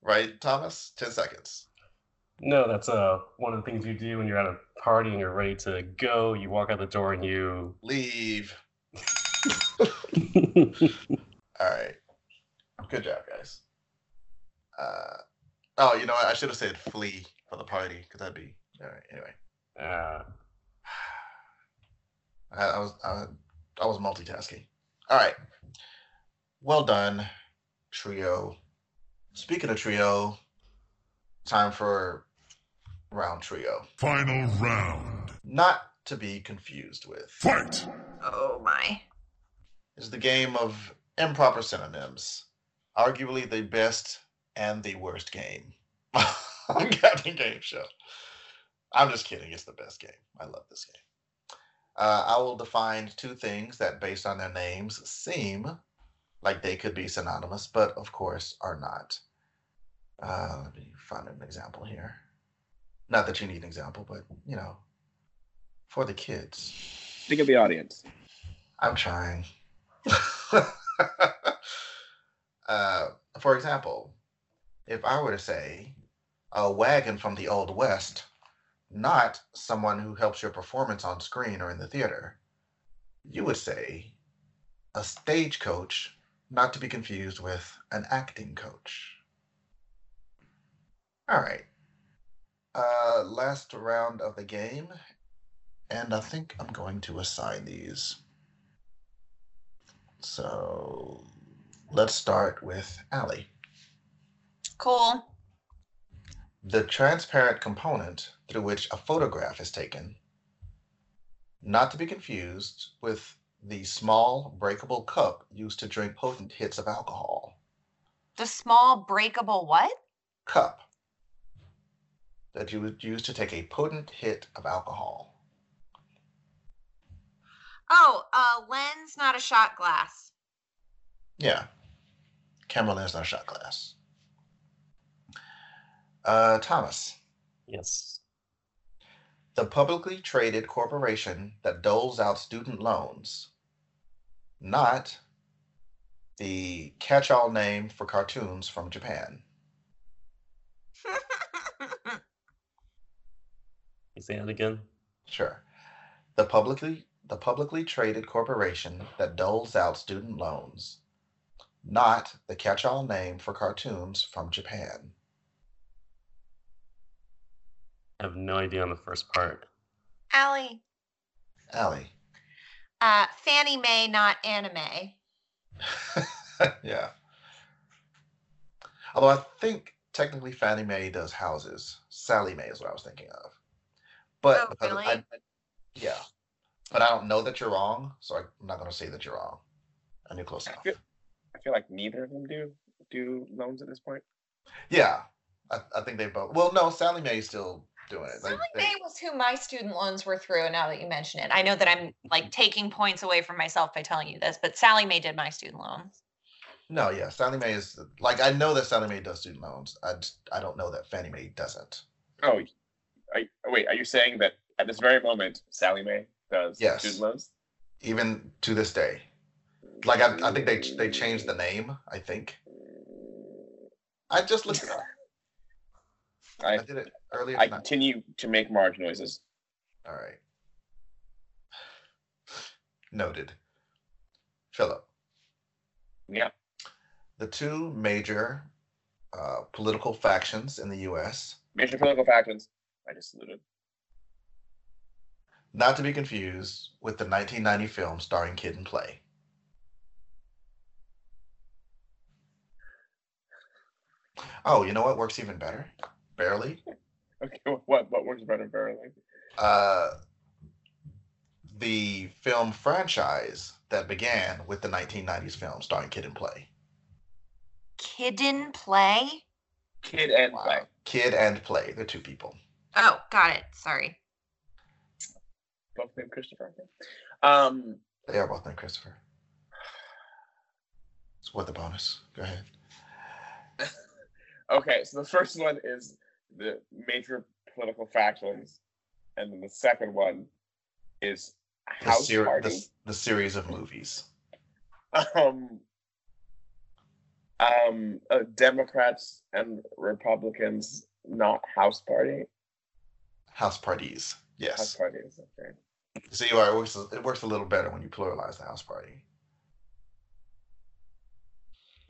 [SPEAKER 3] right, Thomas? Ten seconds.
[SPEAKER 4] No, that's uh one of the things you do when you're at a party and you're ready to go. You walk out the door and you
[SPEAKER 3] Leave. All right. Good job, guys. Uh, oh, you know what? I should have said flea for the party because that'd be all right. Anyway,
[SPEAKER 4] uh,
[SPEAKER 3] I, I was I, I was multitasking. All right. Well done, trio. Speaking of trio, time for round trio.
[SPEAKER 7] Final round.
[SPEAKER 3] Not to be confused with.
[SPEAKER 7] Fight!
[SPEAKER 6] Oh my.
[SPEAKER 3] is the game of improper synonyms, arguably the best and the worst game on Captain Game Show. I'm just kidding. It's the best game. I love this game. Uh, I will define two things that, based on their names, seem like they could be synonymous, but of course are not. Uh, let me find an example here. Not that you need an example, but you know, for the kids.
[SPEAKER 5] Think of the audience.
[SPEAKER 3] I'm trying. uh, for example, if I were to say a wagon from the Old West, not someone who helps your performance on screen or in the theater, you would say a stagecoach, not to be confused with an acting coach. All right. Uh, last round of the game, and I think I'm going to assign these. So let's start with Allie.
[SPEAKER 6] Cool.
[SPEAKER 3] The transparent component through which a photograph is taken, not to be confused with the small breakable cup used to drink potent hits of alcohol.
[SPEAKER 6] The small breakable what?
[SPEAKER 3] Cup that you would use to take a potent hit of alcohol.
[SPEAKER 6] Oh, a lens, not a shot glass.
[SPEAKER 3] Yeah. Camera lens, not a shot glass. Uh, Thomas.
[SPEAKER 4] yes.
[SPEAKER 3] the publicly traded corporation that doles out student loans, not the catch all name for cartoons from Japan.
[SPEAKER 4] You say that again?
[SPEAKER 3] Sure. The publicly the publicly traded corporation that doles out student loans, not the catch all name for cartoons from Japan.
[SPEAKER 4] I have no idea on the first part.
[SPEAKER 6] Allie.
[SPEAKER 3] Allie.
[SPEAKER 6] Uh, Fannie Mae, not anime.
[SPEAKER 3] yeah. Although I think technically Fannie Mae does houses. Sally Mae is what I was thinking of. But
[SPEAKER 6] Oh,
[SPEAKER 3] because I,
[SPEAKER 6] really?
[SPEAKER 3] yeah. But I don't know that you're wrong, so I'm not going to say that you're wrong. I knew close
[SPEAKER 5] I
[SPEAKER 3] enough.
[SPEAKER 5] feel, I feel like neither of them do do loans at this point.
[SPEAKER 3] Yeah, I, I think they both. Well, no, Sally Mae's still doing it.
[SPEAKER 6] Sally
[SPEAKER 3] they-
[SPEAKER 6] Mae was who my student loans were through. Now that you mention it, I know that I'm like taking points away from myself by telling you this, but Sally Mae did my student loans.
[SPEAKER 3] No, yeah, Sally Mae is like I know that Sally Mae does student loans. I just, I don't know that Fannie Mae doesn't.
[SPEAKER 5] Oh, I, wait. Are you saying that at this very moment, Sally Mae does
[SPEAKER 3] Yes.
[SPEAKER 5] student loans?
[SPEAKER 3] even to this day. Like I, I think they they changed the name. I think I just looked it up. I
[SPEAKER 5] I,
[SPEAKER 3] did it earlier.
[SPEAKER 5] I
[SPEAKER 3] tonight.
[SPEAKER 5] continue to make Marge noises.
[SPEAKER 3] All right. Noted. Philip,
[SPEAKER 5] Yeah.
[SPEAKER 3] the two major uh, political factions in the U.S.
[SPEAKER 5] Major political factions. I just saluted.
[SPEAKER 3] Not to be confused with the 1990 film starring Kid and Play. Oh, you know what works even better? Barely.
[SPEAKER 5] Okay. What what works better, barely?
[SPEAKER 3] Uh, the film franchise that began with the 1990s film starring Kid and Play.
[SPEAKER 6] Kidden play.
[SPEAKER 5] Kid and play.
[SPEAKER 3] Kid and Play. They're two people.
[SPEAKER 6] Oh, got it. Sorry.
[SPEAKER 5] Both named Christopher. Um.
[SPEAKER 3] They are both named Christopher. It's worth a bonus. Go ahead.
[SPEAKER 5] Okay. So the first one is the major political factions, and then the second one is
[SPEAKER 3] The,
[SPEAKER 5] house
[SPEAKER 3] ser-
[SPEAKER 5] party.
[SPEAKER 3] the, the series of movies.
[SPEAKER 5] um, um, uh, Democrats and Republicans, not House Party.
[SPEAKER 3] House parties. Yes.
[SPEAKER 5] House Party is okay.
[SPEAKER 3] So you are it works it works a little better when you pluralize the house party.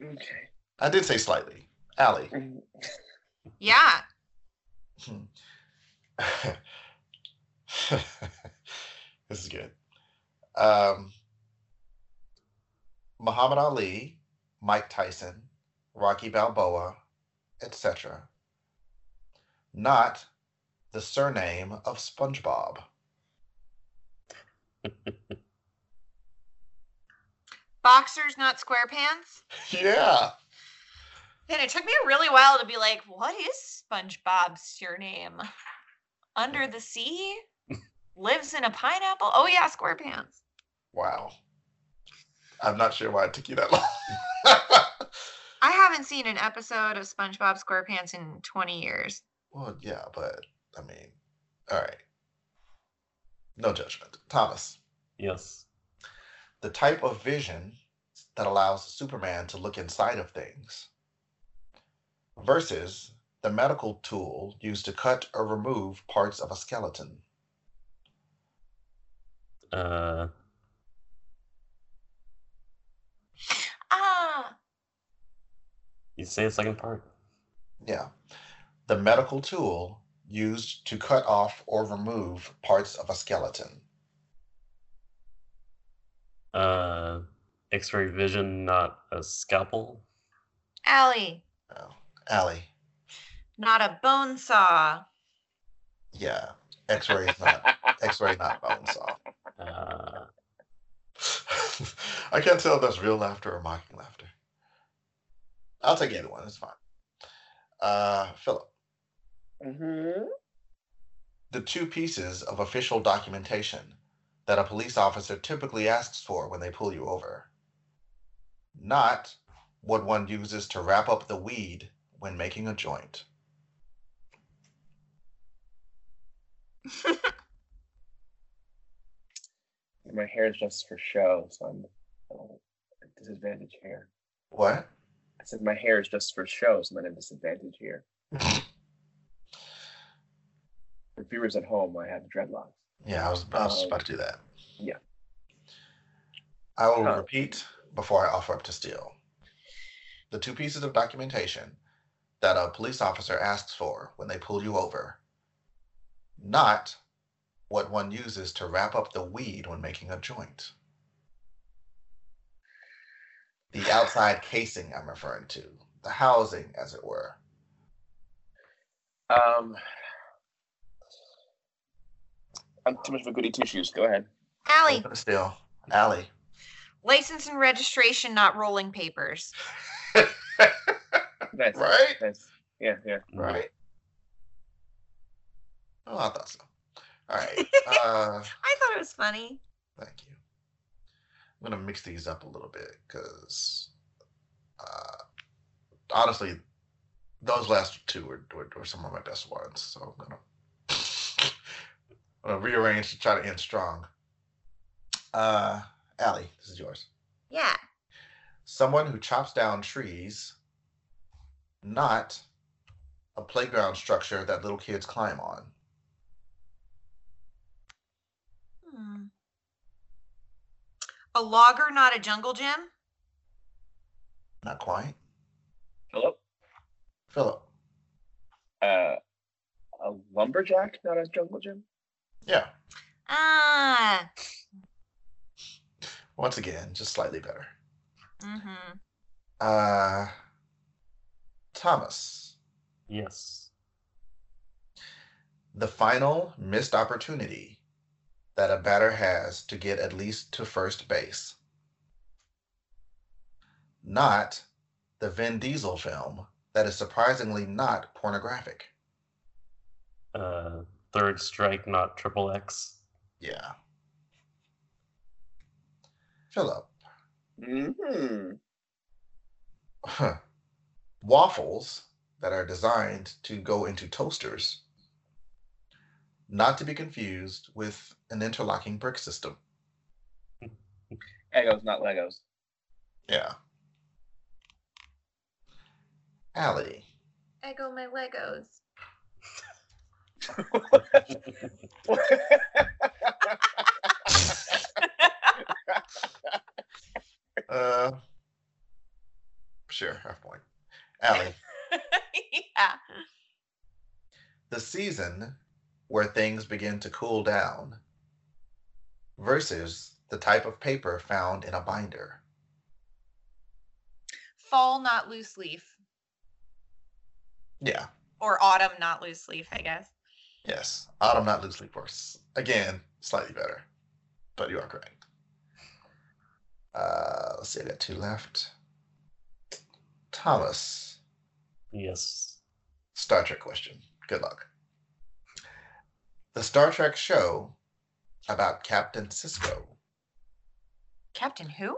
[SPEAKER 5] Okay.
[SPEAKER 3] I did say slightly. Allie.
[SPEAKER 5] Mm,
[SPEAKER 6] Yeah.
[SPEAKER 3] Hmm. this is good. Um, Muhammad Ali, Mike Tyson, Rocky Balboa, etc. Not the surname of SpongeBob.
[SPEAKER 6] Boxers, not square pants.
[SPEAKER 3] Yeah.
[SPEAKER 6] And it took me a really while to be like, what is SpongeBob's surname? Under the sea? Lives in a pineapple? Oh, yeah, square pants.
[SPEAKER 3] Wow. I'm not sure why it took you that long.
[SPEAKER 6] I haven't seen an episode of SpongeBob SquarePants in 20 years.
[SPEAKER 3] Well, yeah, but I mean, all right. No judgment. Thomas,
[SPEAKER 4] Yes.
[SPEAKER 3] the type of vision that allows Superman to look inside of things versus the medical tool used to cut or remove parts of a skeleton.
[SPEAKER 4] Uh,
[SPEAKER 6] Ah,
[SPEAKER 4] you say the second part.
[SPEAKER 3] Yeah. The medical tool used to cut off or remove parts of a skeleton.
[SPEAKER 4] Uh, X-ray vision, not a scalpel.
[SPEAKER 6] Allie,
[SPEAKER 3] Oh. Allie,
[SPEAKER 6] not a bone saw.
[SPEAKER 3] yeah. X ray is not X ray not bone saw.
[SPEAKER 4] Uh,
[SPEAKER 3] I can't tell if that's real laughter or mocking laughter. I'll take either one. It's fine. Uh, Philip,
[SPEAKER 5] Mhm.
[SPEAKER 3] the two pieces of official documentation that a police officer typically asks for when they pull you over. Not what one uses to wrap up the weed when making a joint.
[SPEAKER 5] My hair is just for show, so I'm I'm at disadvantage here.
[SPEAKER 3] What?
[SPEAKER 5] I said my hair is just for show, so I'm at a disadvantage here. For viewers at home, I have dreadlocks.
[SPEAKER 3] Yeah, I was, I was
[SPEAKER 5] Um,
[SPEAKER 3] about to do that.
[SPEAKER 5] yeah.
[SPEAKER 3] I will
[SPEAKER 5] Huh.
[SPEAKER 3] repeat before I offer up to steal. The two pieces of documentation that a police officer asks for when they pull you over, not what one uses to wrap up the weed when making a joint. The outside casing I'm referring to, the housing, as it were.
[SPEAKER 5] Um, I'm too much of a goody two shoes. Go ahead.
[SPEAKER 6] Allie,
[SPEAKER 3] Open to steal. Allie.
[SPEAKER 6] License and registration, not rolling papers.
[SPEAKER 5] That's
[SPEAKER 3] Right?
[SPEAKER 5] That's yeah, yeah.
[SPEAKER 3] Right? Oh, I thought so. All right. Uh,
[SPEAKER 6] I thought it was funny.
[SPEAKER 3] Thank you. I'm gonna mix these up a little bit because, uh, honestly, those last two were, were were some of my best ones. So I'm gonna I'm gonna rearrange to try to end strong. Uh, Allie, this is yours.
[SPEAKER 6] Yeah.
[SPEAKER 3] Someone who chops down trees, not a playground structure that little kids climb on.
[SPEAKER 6] Hmm. A logger, not a jungle gym.
[SPEAKER 3] Not quite.
[SPEAKER 5] Philip,
[SPEAKER 3] Philip.
[SPEAKER 5] uh, a lumberjack, not a jungle gym.
[SPEAKER 3] Yeah.
[SPEAKER 6] Ah.
[SPEAKER 3] Once again, just slightly better.
[SPEAKER 6] Mm-hmm.
[SPEAKER 3] Uh, Thomas,
[SPEAKER 4] Yes.
[SPEAKER 3] the final missed opportunity that a batter has to get at least to first base. Not the Vin Diesel film that is surprisingly not pornographic.
[SPEAKER 4] Uh, third strike, not triple X.
[SPEAKER 3] Yeah. Philip,
[SPEAKER 5] Mm-hmm.
[SPEAKER 3] waffles that are designed to go into toasters, not to be confused with an interlocking brick system.
[SPEAKER 5] Egos, not Legos.
[SPEAKER 3] Yeah. Allie.
[SPEAKER 6] I go my Legos.
[SPEAKER 3] Uh, sure, half point. Allie,
[SPEAKER 6] yeah.
[SPEAKER 3] the season where things begin to cool down versus the type of paper found in a binder.
[SPEAKER 6] Fall, not loose leaf,
[SPEAKER 3] Yeah,
[SPEAKER 6] or autumn, not loose leaf. I guess.
[SPEAKER 3] yes. Autumn, not loosely worse. Again, slightly better, but you are correct. Uh, let's see, I got two left. Thomas.
[SPEAKER 4] Yes.
[SPEAKER 3] Star Trek question. Good luck. The Star Trek show about Captain Cisco.
[SPEAKER 6] Captain who?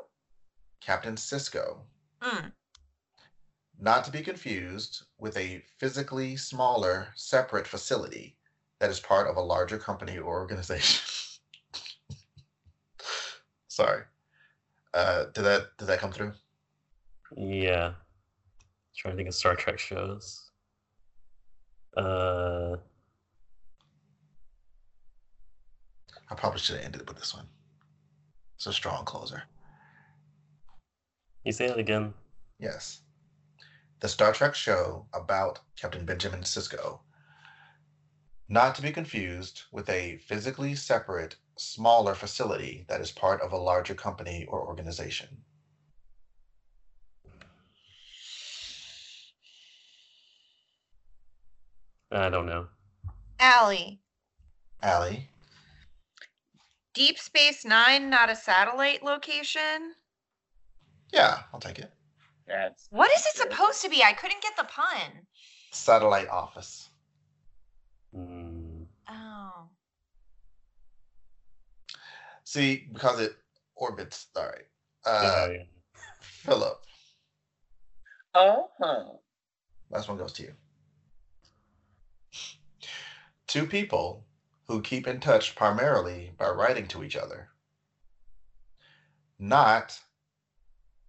[SPEAKER 3] Captain Cisco,
[SPEAKER 6] Mm.
[SPEAKER 3] not to be confused with a physically smaller, separate facility that is part of a larger company or organization. Sorry. Uh, did that did that come through?
[SPEAKER 4] Yeah. Trying to think of Star Trek shows. Uh,
[SPEAKER 3] I probably should have ended it with this one. It's a strong closer.
[SPEAKER 4] you say that again?
[SPEAKER 3] Yes. The Star Trek show about Captain Benjamin Sisko. Not to be confused with a physically separate, smaller facility that is part of a larger company or organization.
[SPEAKER 4] I don't know.
[SPEAKER 6] Allie.
[SPEAKER 3] Allie,
[SPEAKER 6] Deep Space Nine, not a satellite location.
[SPEAKER 3] yeah, I'll take it.
[SPEAKER 5] That's
[SPEAKER 6] What is it supposed to be? I couldn't get the pun.
[SPEAKER 3] Satellite office.
[SPEAKER 4] Mm,
[SPEAKER 6] Oh.
[SPEAKER 3] See, because it orbits. All right. Uh,
[SPEAKER 4] oh, yeah.
[SPEAKER 3] Philip,
[SPEAKER 5] uh huh.
[SPEAKER 3] last one goes to you. Two people who keep in touch primarily by writing to each other. Not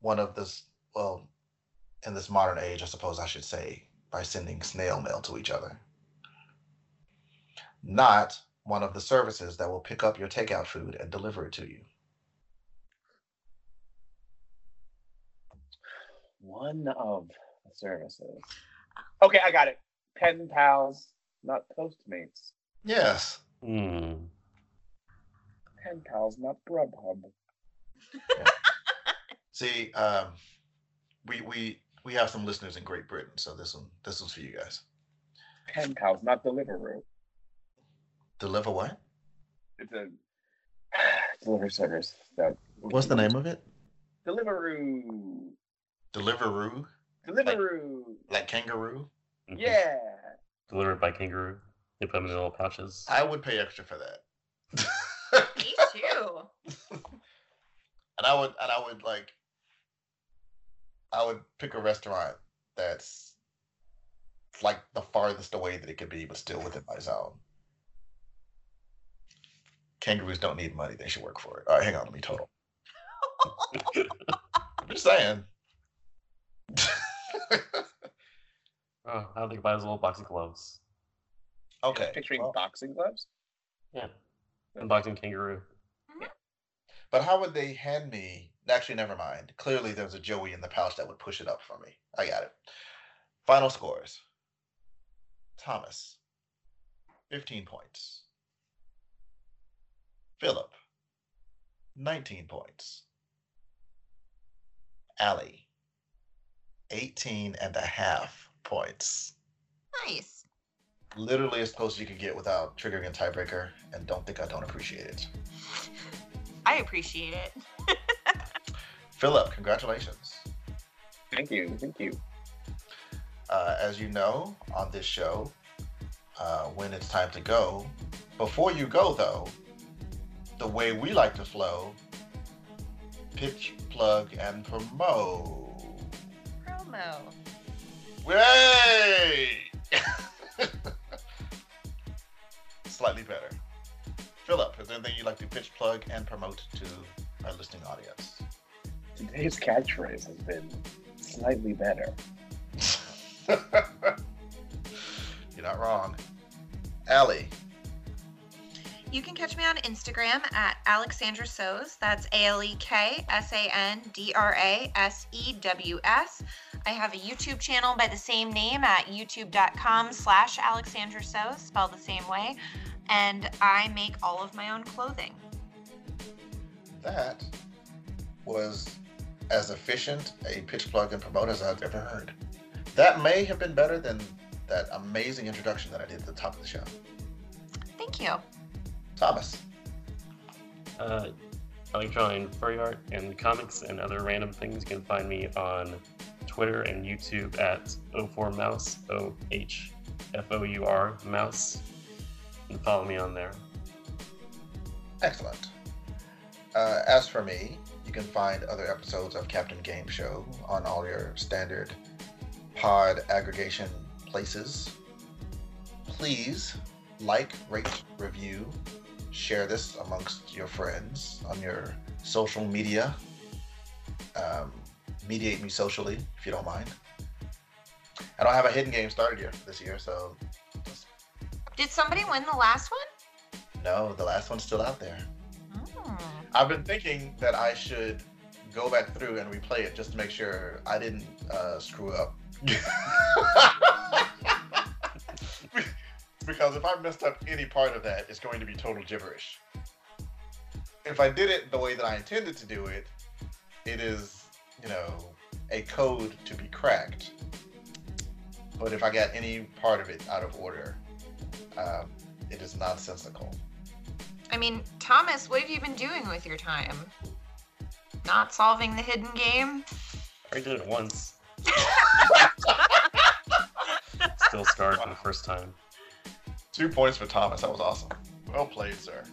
[SPEAKER 3] one of this, well, in this modern age, I suppose I should say, by sending snail mail to each other. Not one of the services that will pick up your takeout food and deliver it to you.
[SPEAKER 5] One of the services. Okay, I got it. Pen pals, not Postmates.
[SPEAKER 3] Yes.
[SPEAKER 4] Mm,
[SPEAKER 5] Pen pals, not Grubhub.
[SPEAKER 3] See, um, we we we have some listeners in Great Britain, so this one this one's for you guys.
[SPEAKER 5] Pen pals, not Deliveroo.
[SPEAKER 3] Deliver what?
[SPEAKER 5] It's a delivery service that.
[SPEAKER 3] What's the name of it?
[SPEAKER 5] Deliveroo.
[SPEAKER 3] Deliveroo,
[SPEAKER 5] Deliveroo.
[SPEAKER 3] like kangaroo.
[SPEAKER 4] Mhm.
[SPEAKER 5] yeah.
[SPEAKER 4] Delivered by kangaroo. They put them in little pouches.
[SPEAKER 3] I would pay extra for that.
[SPEAKER 6] Me too.
[SPEAKER 3] and I would and I would like I would pick a restaurant that's like the farthest away that it could be, but still within my zone. Kangaroos don't need money; they should work for it. All right, hang on, let me total. I'm just saying.
[SPEAKER 4] oh, I think buy those little boxing gloves.
[SPEAKER 3] okay.
[SPEAKER 5] Picturing
[SPEAKER 3] well,
[SPEAKER 5] boxing gloves.
[SPEAKER 4] Yeah. And boxing kangaroo.
[SPEAKER 3] but how would they hand me? Actually, never mind. Clearly, there's a Joey in the pouch that would push it up for me. I got it. Final scores. Thomas, 15 points. Philip, 19 points. Allie, 18 and a half points.
[SPEAKER 6] Nice.
[SPEAKER 3] Literally as close as you can get without triggering a tiebreaker, and don't think I don't appreciate it.
[SPEAKER 6] I appreciate it.
[SPEAKER 3] Philip, congratulations.
[SPEAKER 5] Thank you. Thank you.
[SPEAKER 3] uh, as you know, on this show, uh, when it's time to go. Before you go, though, the way we like to flow, pitch, plug, and promote.
[SPEAKER 6] Promo.
[SPEAKER 3] Yay! Slightly better. Philip, is there anything you'd like to pitch, plug, and promote to our listening audience?
[SPEAKER 5] Today's catchphrase has been slightly better.
[SPEAKER 3] You're not wrong. Allie,
[SPEAKER 6] You can catch me on Instagram at Alexandra Sows. That's A L E K S A N D R A S E W S. I have a YouTube channel by the same name at youtube.com slash Alexandra Sows, spelled the same way. And I make all of my own clothing.
[SPEAKER 3] that was as efficient a pitch plug and promote as I've ever heard. That may have been better than that amazing introduction that I did at the top of the show.
[SPEAKER 6] Thank you.
[SPEAKER 3] Thomas,
[SPEAKER 4] Uh, I like drawing furry art and comics and other random things. You can find me on Twitter and YouTube at O4Mouse, O H F O U R Mouse. And follow me on there.
[SPEAKER 3] excellent. Uh, as for me, you can find other episodes of Captain Game Show on all your standard pod aggregation places. Please like, rate, review, share this amongst your friends on your social media. Um, mediate me socially if you don't mind. I don't have a hidden game started yet for this year, so just
[SPEAKER 6] Did somebody win the last one?
[SPEAKER 3] no, the last one's still out there.
[SPEAKER 6] Hmm.
[SPEAKER 3] I've been thinking that I should go back through and replay it just to make sure I didn't uh, screw up. because if I messed up any part of that, it's going to be total gibberish. If I did it the way that I intended to do it, it is, you know, a code to be cracked. But if I got any part of it out of order, um, it is nonsensical.
[SPEAKER 6] I mean, Thomas, what have you been doing with your time? Not solving the hidden game?
[SPEAKER 4] I already did it once. Still scarred for the first time.
[SPEAKER 3] Two points for Thomas. That was awesome. Well played, sir.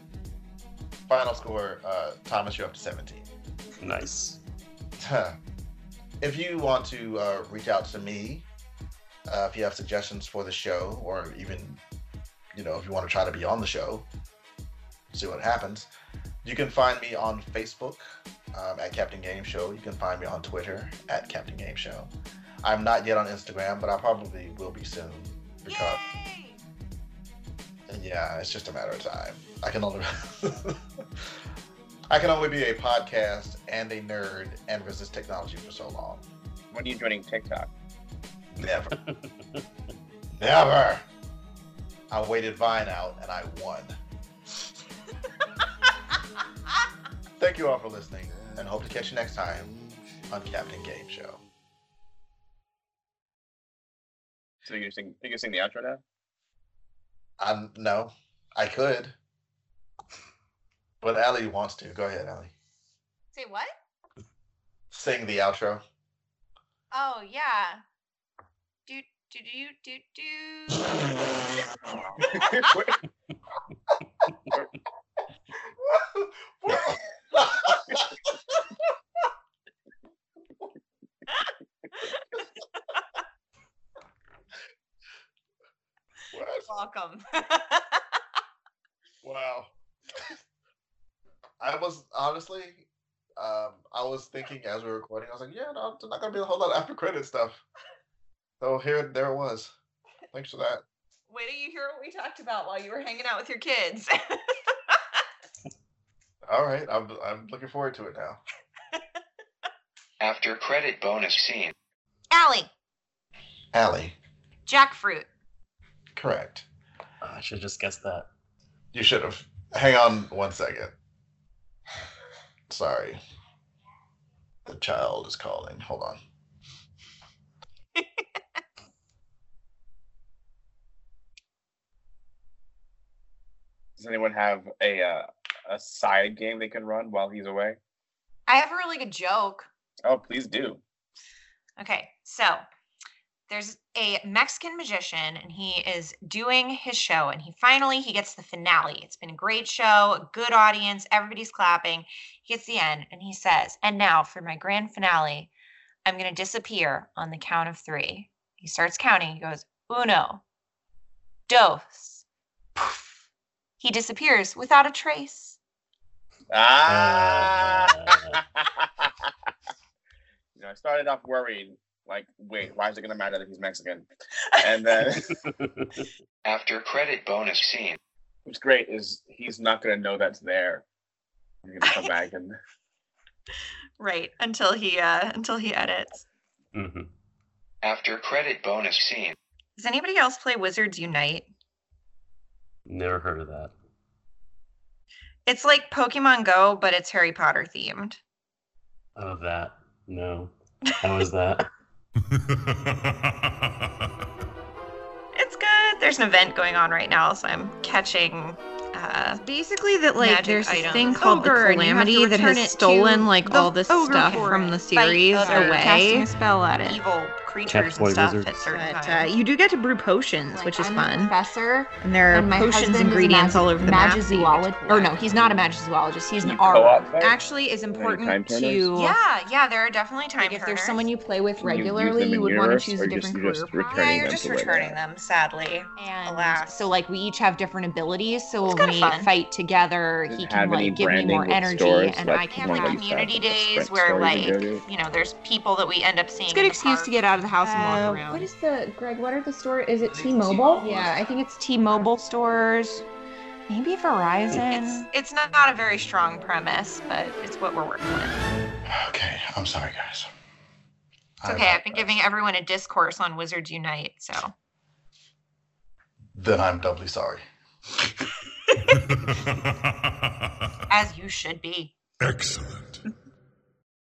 [SPEAKER 3] Final score, uh, Thomas, you're up to 17.
[SPEAKER 4] Nice.
[SPEAKER 3] if you want to uh, reach out to me, uh, if you have suggestions for the show, or even, you know, if you want to try to be on the show, see what happens, you can find me on Facebook um, at Captain Game Show. You can find me on Twitter at Captain Game Show. I'm not yet on Instagram, but I probably will be soon. Because
[SPEAKER 6] Yay!
[SPEAKER 3] yeah, it's just a matter of time. I can only I can only be a podcast and a nerd and resist technology for so long.
[SPEAKER 5] When are you joining TikTok?
[SPEAKER 3] Never. Never. I waited Vine out and I won. Thank you all for listening and hope to catch you next time on Captain Game Show.
[SPEAKER 5] So you're sing, you're sing the outro now?
[SPEAKER 3] I'm no, I could. But Allie wants to. Go ahead, Allie.
[SPEAKER 6] Say what?
[SPEAKER 3] sing the outro?
[SPEAKER 6] Oh yeah. Do do do do do.
[SPEAKER 3] What?
[SPEAKER 6] Welcome.
[SPEAKER 3] Wow. I was honestly, um, I was thinking as we were recording, I was like, yeah, no, there's not gonna be a whole lot of after credit stuff. So here, there it was. Thanks for that.
[SPEAKER 6] Wait till you hear what we talked about while you were hanging out with your kids.
[SPEAKER 3] All right, I'm I'm looking forward to it now.
[SPEAKER 8] After credit bonus scene.
[SPEAKER 6] Allie,
[SPEAKER 3] Allie,
[SPEAKER 6] jackfruit.
[SPEAKER 3] correct.
[SPEAKER 4] Ah, I should just guess that.
[SPEAKER 3] You should have. Hang on one second. Sorry. The child is calling. Hold on.
[SPEAKER 5] Does anyone have a uh, a side game they can run while he's away?
[SPEAKER 6] I have a really good joke.
[SPEAKER 5] Oh, please do.
[SPEAKER 6] Okay, so there's a Mexican magician and he is doing his show and he finally he gets the finale. It's been a great show, a good audience, everybody's clapping. He gets the end and he says, "And now for my grand finale, I'm going to disappear on the count of 3." He starts counting. He goes, "Uno, dos." Poof. He disappears without a trace.
[SPEAKER 5] Ah.
[SPEAKER 4] Ah.
[SPEAKER 5] you know, I started off worried, like, wait, why is it gonna matter that he's Mexican? And then
[SPEAKER 8] After credit bonus scene.
[SPEAKER 5] what's great is he's not gonna know that's there. He's gonna come back and
[SPEAKER 6] Right, until he uh until he edits.
[SPEAKER 4] Mhm.
[SPEAKER 8] After credit bonus scene.
[SPEAKER 6] Does anybody else play Wizards Unite?
[SPEAKER 4] Never heard of that.
[SPEAKER 6] It's like Pokemon Go, but it's Harry Potter themed.
[SPEAKER 4] Oh, that. No. How is that?
[SPEAKER 6] It's good. There's an event going on right now, so I'm catching. Uh,
[SPEAKER 9] Basically, that like
[SPEAKER 6] Magic
[SPEAKER 9] there's
[SPEAKER 6] items.
[SPEAKER 9] this thing called
[SPEAKER 10] Ogre,
[SPEAKER 9] the
[SPEAKER 10] and you have to
[SPEAKER 9] Calamity that
[SPEAKER 10] return
[SPEAKER 9] has
[SPEAKER 10] it
[SPEAKER 9] stolen
[SPEAKER 10] to
[SPEAKER 9] like
[SPEAKER 10] the
[SPEAKER 9] all this
[SPEAKER 10] ogre
[SPEAKER 9] stuff
[SPEAKER 10] for
[SPEAKER 9] from
[SPEAKER 10] it.
[SPEAKER 9] the series
[SPEAKER 6] other
[SPEAKER 9] away.
[SPEAKER 10] casting a spell at it.
[SPEAKER 6] evil creatures
[SPEAKER 4] boy
[SPEAKER 6] and stuff
[SPEAKER 4] wizards.
[SPEAKER 6] at certain
[SPEAKER 9] But uh,
[SPEAKER 6] times.
[SPEAKER 9] you do get to brew potions, which is
[SPEAKER 10] I'm
[SPEAKER 9] fun.
[SPEAKER 10] A professor,
[SPEAKER 9] And there are
[SPEAKER 10] and my
[SPEAKER 9] potions
[SPEAKER 10] husband
[SPEAKER 9] ingredients
[SPEAKER 10] is a
[SPEAKER 9] all over the map. that you get to
[SPEAKER 10] magizoologist. Or Oh, no,
[SPEAKER 9] collect.
[SPEAKER 10] he's not a magizoologist. He's an
[SPEAKER 5] You
[SPEAKER 10] aura.
[SPEAKER 5] co-op that?
[SPEAKER 9] Actually, is
[SPEAKER 5] many
[SPEAKER 9] important
[SPEAKER 5] time
[SPEAKER 9] to
[SPEAKER 5] turners?
[SPEAKER 6] yeah, yeah, there are definitely time
[SPEAKER 10] Like if there's
[SPEAKER 6] turners.
[SPEAKER 10] someone you play with
[SPEAKER 5] You use
[SPEAKER 10] regularly,
[SPEAKER 5] them
[SPEAKER 10] you
[SPEAKER 5] in
[SPEAKER 10] would want to
[SPEAKER 5] yours,
[SPEAKER 10] choose
[SPEAKER 5] or
[SPEAKER 10] a
[SPEAKER 5] just-
[SPEAKER 10] different
[SPEAKER 5] you're just
[SPEAKER 10] career. path.
[SPEAKER 5] returning
[SPEAKER 6] yeah, you're
[SPEAKER 5] them
[SPEAKER 6] just
[SPEAKER 5] to where they're
[SPEAKER 6] returning
[SPEAKER 5] at.
[SPEAKER 6] them, sadly.
[SPEAKER 10] And
[SPEAKER 6] Alas.
[SPEAKER 10] so like we each have different abilities. So
[SPEAKER 6] It's
[SPEAKER 10] when
[SPEAKER 6] kinda
[SPEAKER 10] we
[SPEAKER 6] fun.
[SPEAKER 10] fight together,
[SPEAKER 5] Does it
[SPEAKER 10] he
[SPEAKER 5] have
[SPEAKER 10] can
[SPEAKER 5] any
[SPEAKER 10] like give me
[SPEAKER 5] branding
[SPEAKER 10] more
[SPEAKER 5] with
[SPEAKER 10] energy,
[SPEAKER 5] stores,
[SPEAKER 10] and
[SPEAKER 5] like,
[SPEAKER 10] I can
[SPEAKER 6] Have
[SPEAKER 5] one
[SPEAKER 10] like
[SPEAKER 5] that
[SPEAKER 6] like
[SPEAKER 5] you said,
[SPEAKER 6] community
[SPEAKER 5] like a
[SPEAKER 6] days
[SPEAKER 5] sprint
[SPEAKER 6] where,
[SPEAKER 5] store you can go
[SPEAKER 6] like,
[SPEAKER 5] to?
[SPEAKER 6] You know, there's people that we end up seeing.
[SPEAKER 9] It's a good
[SPEAKER 6] in the
[SPEAKER 9] excuse to
[SPEAKER 6] park.
[SPEAKER 9] get out of the house and
[SPEAKER 10] Uh,
[SPEAKER 9] walk around.
[SPEAKER 10] what is
[SPEAKER 9] the
[SPEAKER 10] Greg, what are the stores? Is it
[SPEAKER 8] I think it's
[SPEAKER 10] T-Mobile?
[SPEAKER 8] T-Mobile.
[SPEAKER 10] Yeah, I think it's T-Mobile stores. Maybe Verizon.
[SPEAKER 6] It's it's not, not a very strong premise, but it's what we're working with.
[SPEAKER 3] Okay, I'm sorry, guys.
[SPEAKER 6] It's okay. I've been giving everyone a discourse on Wizards Unite, so
[SPEAKER 3] Then I'm doubly sorry.
[SPEAKER 6] as you should be.
[SPEAKER 7] Excellent.